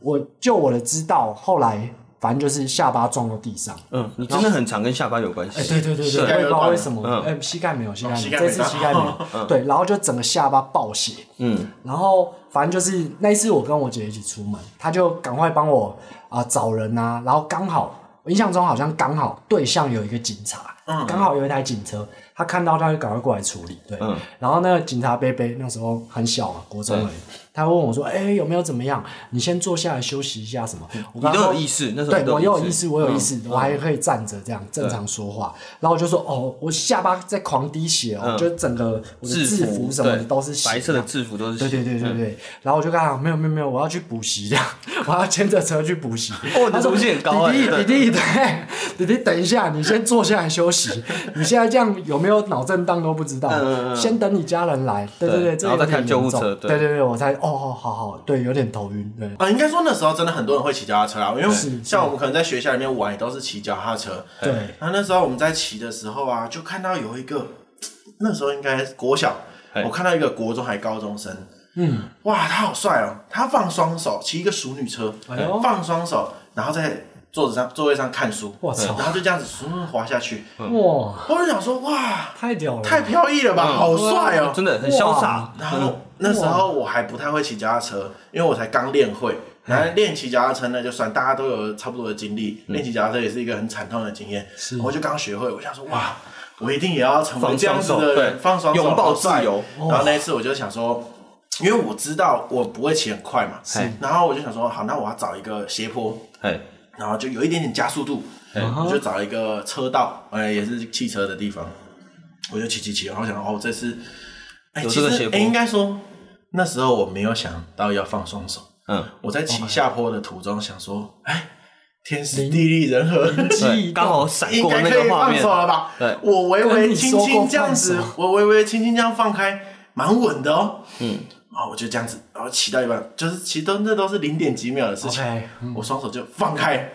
Speaker 3: 我就我的知道，后来反正就是下巴撞到地上，
Speaker 1: 嗯，你真的很常跟下巴有关系
Speaker 3: 哎、。对对对
Speaker 1: 是
Speaker 3: 对，我也不知道为什
Speaker 1: 嗯
Speaker 3: 么，哎、膝盖没有，膝盖没
Speaker 2: 膝
Speaker 3: 有，
Speaker 2: 盖
Speaker 3: 这
Speaker 2: 没
Speaker 3: 次
Speaker 2: 打
Speaker 3: 膝盖没
Speaker 1: (laughs)
Speaker 3: 有，对，然后就整个下巴爆血，
Speaker 1: 嗯，
Speaker 3: 然后反正就是那一次我跟我姐一起出门，她就赶快帮我啊、找人啊，然后刚好我印象中好像刚好对象有一个警察，嗯，刚好有一台警车，他看到他就赶快过来处理，对，
Speaker 1: 嗯
Speaker 3: 然后那个警察贝贝那时候很小啊，国中而已，他问我说，哎、有没有怎么样？你先坐下来休息一下什么？我
Speaker 1: 嗯你
Speaker 3: 刚
Speaker 1: 都
Speaker 3: 刚
Speaker 1: 有
Speaker 3: 说
Speaker 1: 意识，嗯那时候
Speaker 3: 对
Speaker 1: 你都
Speaker 3: 我有
Speaker 1: 意
Speaker 3: 意识，我有意识，我还可以站着这样正常说话。然后我就说哦，我下巴在狂滴血哦，
Speaker 1: 嗯
Speaker 3: 就是整个我的制服什么的
Speaker 1: 对
Speaker 3: 都是血
Speaker 1: 白色的
Speaker 3: 这样
Speaker 1: 制服都是
Speaker 3: 对对对对
Speaker 1: 嗯
Speaker 3: 对，然后我就跟他讲没有没有没有，我要去补习这样，我要牵着车去补习。
Speaker 1: 哦你
Speaker 3: 他
Speaker 1: 的
Speaker 3: 说
Speaker 1: 东西很高哎
Speaker 3: 弟弟
Speaker 1: 对
Speaker 3: 弟弟对，弟弟等一下，你先坐下来休息。 (laughs) 你现在这样有没有脑震荡都不知道
Speaker 1: 嗯嗯，嗯
Speaker 3: 先等你家人来。对
Speaker 1: 对
Speaker 3: 对，这
Speaker 1: 然后再
Speaker 3: 有点
Speaker 1: 看救护
Speaker 3: 严重
Speaker 1: 车对哎
Speaker 3: 对对对，我才哦哦好好，对，有点头晕，对。
Speaker 2: 啊，应该说那时候真的很多人会骑脚踏车啊，因为
Speaker 3: 是
Speaker 2: 像我们可能在学校里面玩也都是骑脚踏车。
Speaker 3: 对
Speaker 2: 然后那时候我们在骑的时候啊，就看到有一个，那时候应该国小，
Speaker 1: 哎
Speaker 2: 我看到一个国中还高中生，嗯，哇，他好帅哦，他放双手骑一个熟女车，
Speaker 3: 哎呦
Speaker 2: 放双手，然后在桌子上座位上看书，
Speaker 3: 我操
Speaker 2: 然后就这样子嗯滑下去，
Speaker 3: 哇，
Speaker 2: 我就想说哇，
Speaker 3: 太屌了，
Speaker 2: 太飘逸了吧，好帅哦，
Speaker 1: 真的很潇洒
Speaker 3: 哇。
Speaker 2: 然后那时候我还不太会骑脚踏车，因为我才刚练会。
Speaker 1: 嗯
Speaker 2: 然后练骑脚踏车呢，就算大家都有差不多的经历，练骑脚踏车也是一个很惨痛的经验。我就刚学会，我想说哇，我一定也要成为
Speaker 1: 放
Speaker 2: 这样
Speaker 1: 双
Speaker 2: 子
Speaker 1: 手，
Speaker 2: 的
Speaker 1: 对
Speaker 2: 人，，放双手
Speaker 1: 拥抱自。
Speaker 2: 好帅
Speaker 1: 由，
Speaker 2: 然后那一次我就想说，因为我知道我不会骑很快嘛，然后我就想说，好，那我要找一个斜坡，
Speaker 1: 哎，
Speaker 2: 然后就有一点点加速度，
Speaker 1: 嗯
Speaker 2: 我就找一个车道，哎、也是汽车的地方，我就骑骑骑，然后想哦，这次，哎、
Speaker 1: 有
Speaker 2: 其
Speaker 1: 这个
Speaker 2: 实
Speaker 1: 斜
Speaker 2: 哎、
Speaker 1: 坡
Speaker 2: 应该说那时候我没有想到要放双手，
Speaker 1: 嗯，
Speaker 2: 我在骑下坡的途中想说，哎、天时地利人和，
Speaker 3: 记忆
Speaker 1: 对，刚好 (laughs) 闪
Speaker 2: 应
Speaker 1: 过
Speaker 2: 该
Speaker 1: 那
Speaker 2: 可以
Speaker 1: 个画
Speaker 2: 放
Speaker 1: 面
Speaker 2: 手，了吧？
Speaker 1: 对
Speaker 2: 我微微轻
Speaker 3: 跟你说过
Speaker 2: 轻这样子
Speaker 3: 放手，
Speaker 2: 我微微轻轻这样放开，蛮稳的哦。
Speaker 1: 嗯，
Speaker 2: 啊，我就这样子，然后骑到一半，就是骑都那都是零点几秒的事情
Speaker 1: 哎
Speaker 3: OK，
Speaker 2: 我双手就放开，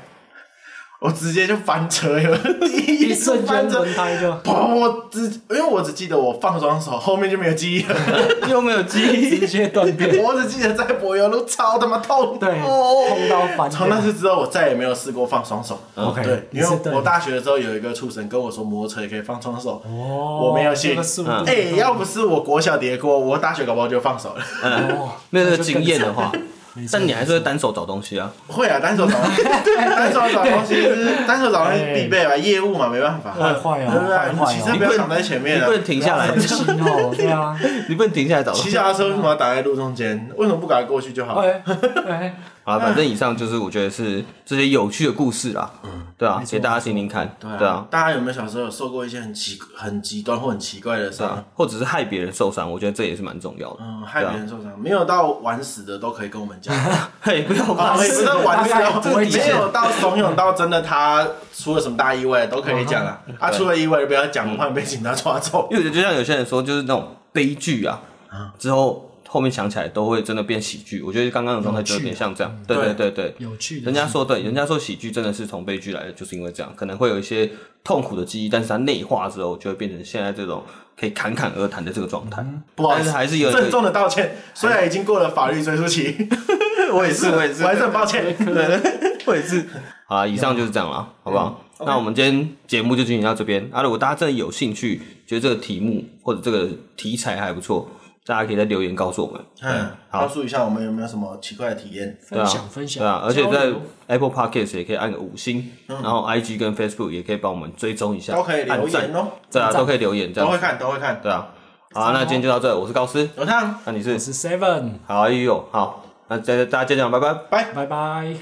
Speaker 2: 我直接就翻车了，第一
Speaker 3: 一瞬间
Speaker 2: 翻车
Speaker 3: 轮。胎就
Speaker 2: 砰！我只因为我只记得我放双手，后面就没有记忆了。
Speaker 3: (laughs)
Speaker 1: (laughs) 又没有记忆，
Speaker 3: 直 (laughs) 接断片，
Speaker 2: 我只记得在柏油路超他妈痛，
Speaker 3: 对，
Speaker 2: 哦
Speaker 3: 碰到翻
Speaker 2: 从那
Speaker 3: 掉。
Speaker 2: 次之后，我再也没有试过放双手。
Speaker 1: 嗯
Speaker 3: OK，
Speaker 2: 对，
Speaker 3: 你
Speaker 2: 因
Speaker 3: 是
Speaker 2: 为
Speaker 3: 对
Speaker 2: 我大学的时候有一个畜生跟我说，摩托车也可以放双手。
Speaker 3: 哦，
Speaker 2: 我没有信
Speaker 3: 这个速度
Speaker 1: 嗯
Speaker 2: 哎、要不是我国小叠过，我大学搞不好就放手了。
Speaker 3: 哦
Speaker 1: 没有那个经验的话，
Speaker 3: 没错
Speaker 1: 但你还是会单手找东西啊。
Speaker 2: 会啊，单手找东
Speaker 3: (laughs)
Speaker 2: 西，单手找东西是单手找东西
Speaker 3: 哎
Speaker 2: 必备吧，业务嘛，没办法。
Speaker 3: 坏坏哦
Speaker 2: 对不
Speaker 3: 坏
Speaker 2: 对？
Speaker 3: 坏哦
Speaker 2: 你骑车不要挡在前
Speaker 1: 你
Speaker 2: 面啊
Speaker 1: 不！能停下来
Speaker 3: 不要，分心哦，对啊，
Speaker 1: (laughs) 你不能停下来找东
Speaker 2: 骑 (laughs)
Speaker 1: 西。
Speaker 2: 脚踏车为什么要挡在路中间？为什么不赶快过去就好？
Speaker 3: 哎哎，
Speaker 1: 啊，反正以上就是我觉得是这些有趣的故事啦，嗯，对啊，给大家听听看，对啊，
Speaker 2: 大家有没有小时候有受过一些很奇、很极端或很奇怪的
Speaker 1: 对
Speaker 2: 伤
Speaker 1: 啊？，或者是害别人受伤，我觉得这也是蛮重要的，
Speaker 2: 嗯，害
Speaker 1: 对
Speaker 2: 别
Speaker 1: 啊，
Speaker 2: 人受伤，没有到玩死的都可以跟我们讲。 (laughs)
Speaker 1: 嘿，不要
Speaker 2: 啊，
Speaker 1: 怕，
Speaker 2: 不是玩死
Speaker 3: (laughs) 大概不
Speaker 2: 哦，
Speaker 3: 会讲
Speaker 2: 没有到怂恿到真的他出了什么大意外都可以讲
Speaker 1: 嗯
Speaker 2: 了。啊，出了意外就不要讲，我怕你被警察抓走。
Speaker 1: 因为我觉得就像有些人说，就是那种悲剧啊，之后后面想起来都会真的变喜剧。我觉得刚刚的状态就有点像这样，对对对对。
Speaker 3: 有趣的
Speaker 1: 人家说对，人家说喜剧真的是从悲剧来的，就是因为这样，可能会有一些痛苦的记忆，但是它内化之后就会变成现在这种可以侃侃而谈的这个
Speaker 2: 嗯
Speaker 1: 状态。
Speaker 2: 不好意
Speaker 1: 但
Speaker 2: 思，
Speaker 1: 是还是有
Speaker 2: 郑重的道歉，虽然已经过了法律追诉期，我也是，我也是，我还是很抱歉。
Speaker 1: 我也是。好啊，以上就是这样
Speaker 2: 嗯
Speaker 1: 了，好不好？那我们今天节目就进行到这边。啊，如果大家真的有兴趣，觉得这个题目或者这个题材还不错，大家可以在留言告诉我们。
Speaker 2: 嗯，告诉一下我们有没有什么奇怪的体验？
Speaker 1: 对啊
Speaker 3: 分享分享，
Speaker 1: 对啊，而且
Speaker 3: 交
Speaker 1: 在
Speaker 3: 流
Speaker 1: Apple Podcast 也可以按个五星，然后 IG 跟 Facebook 也可以帮我们追踪一下，
Speaker 2: 嗯都可以留
Speaker 1: 按赞
Speaker 2: 言哦，
Speaker 1: 对啊，都可以留言这
Speaker 2: 都
Speaker 1: 样
Speaker 2: 会
Speaker 1: 子，
Speaker 2: 看，都会看。
Speaker 1: 对啊。好啊，那今天就到这，我是高斯，
Speaker 2: 有烫，
Speaker 1: 那你
Speaker 3: 我
Speaker 1: 是
Speaker 3: 是 Seven，
Speaker 1: 好哎呦，好，那大家大家再见，拜拜。
Speaker 2: 拜。
Speaker 3: 拜拜。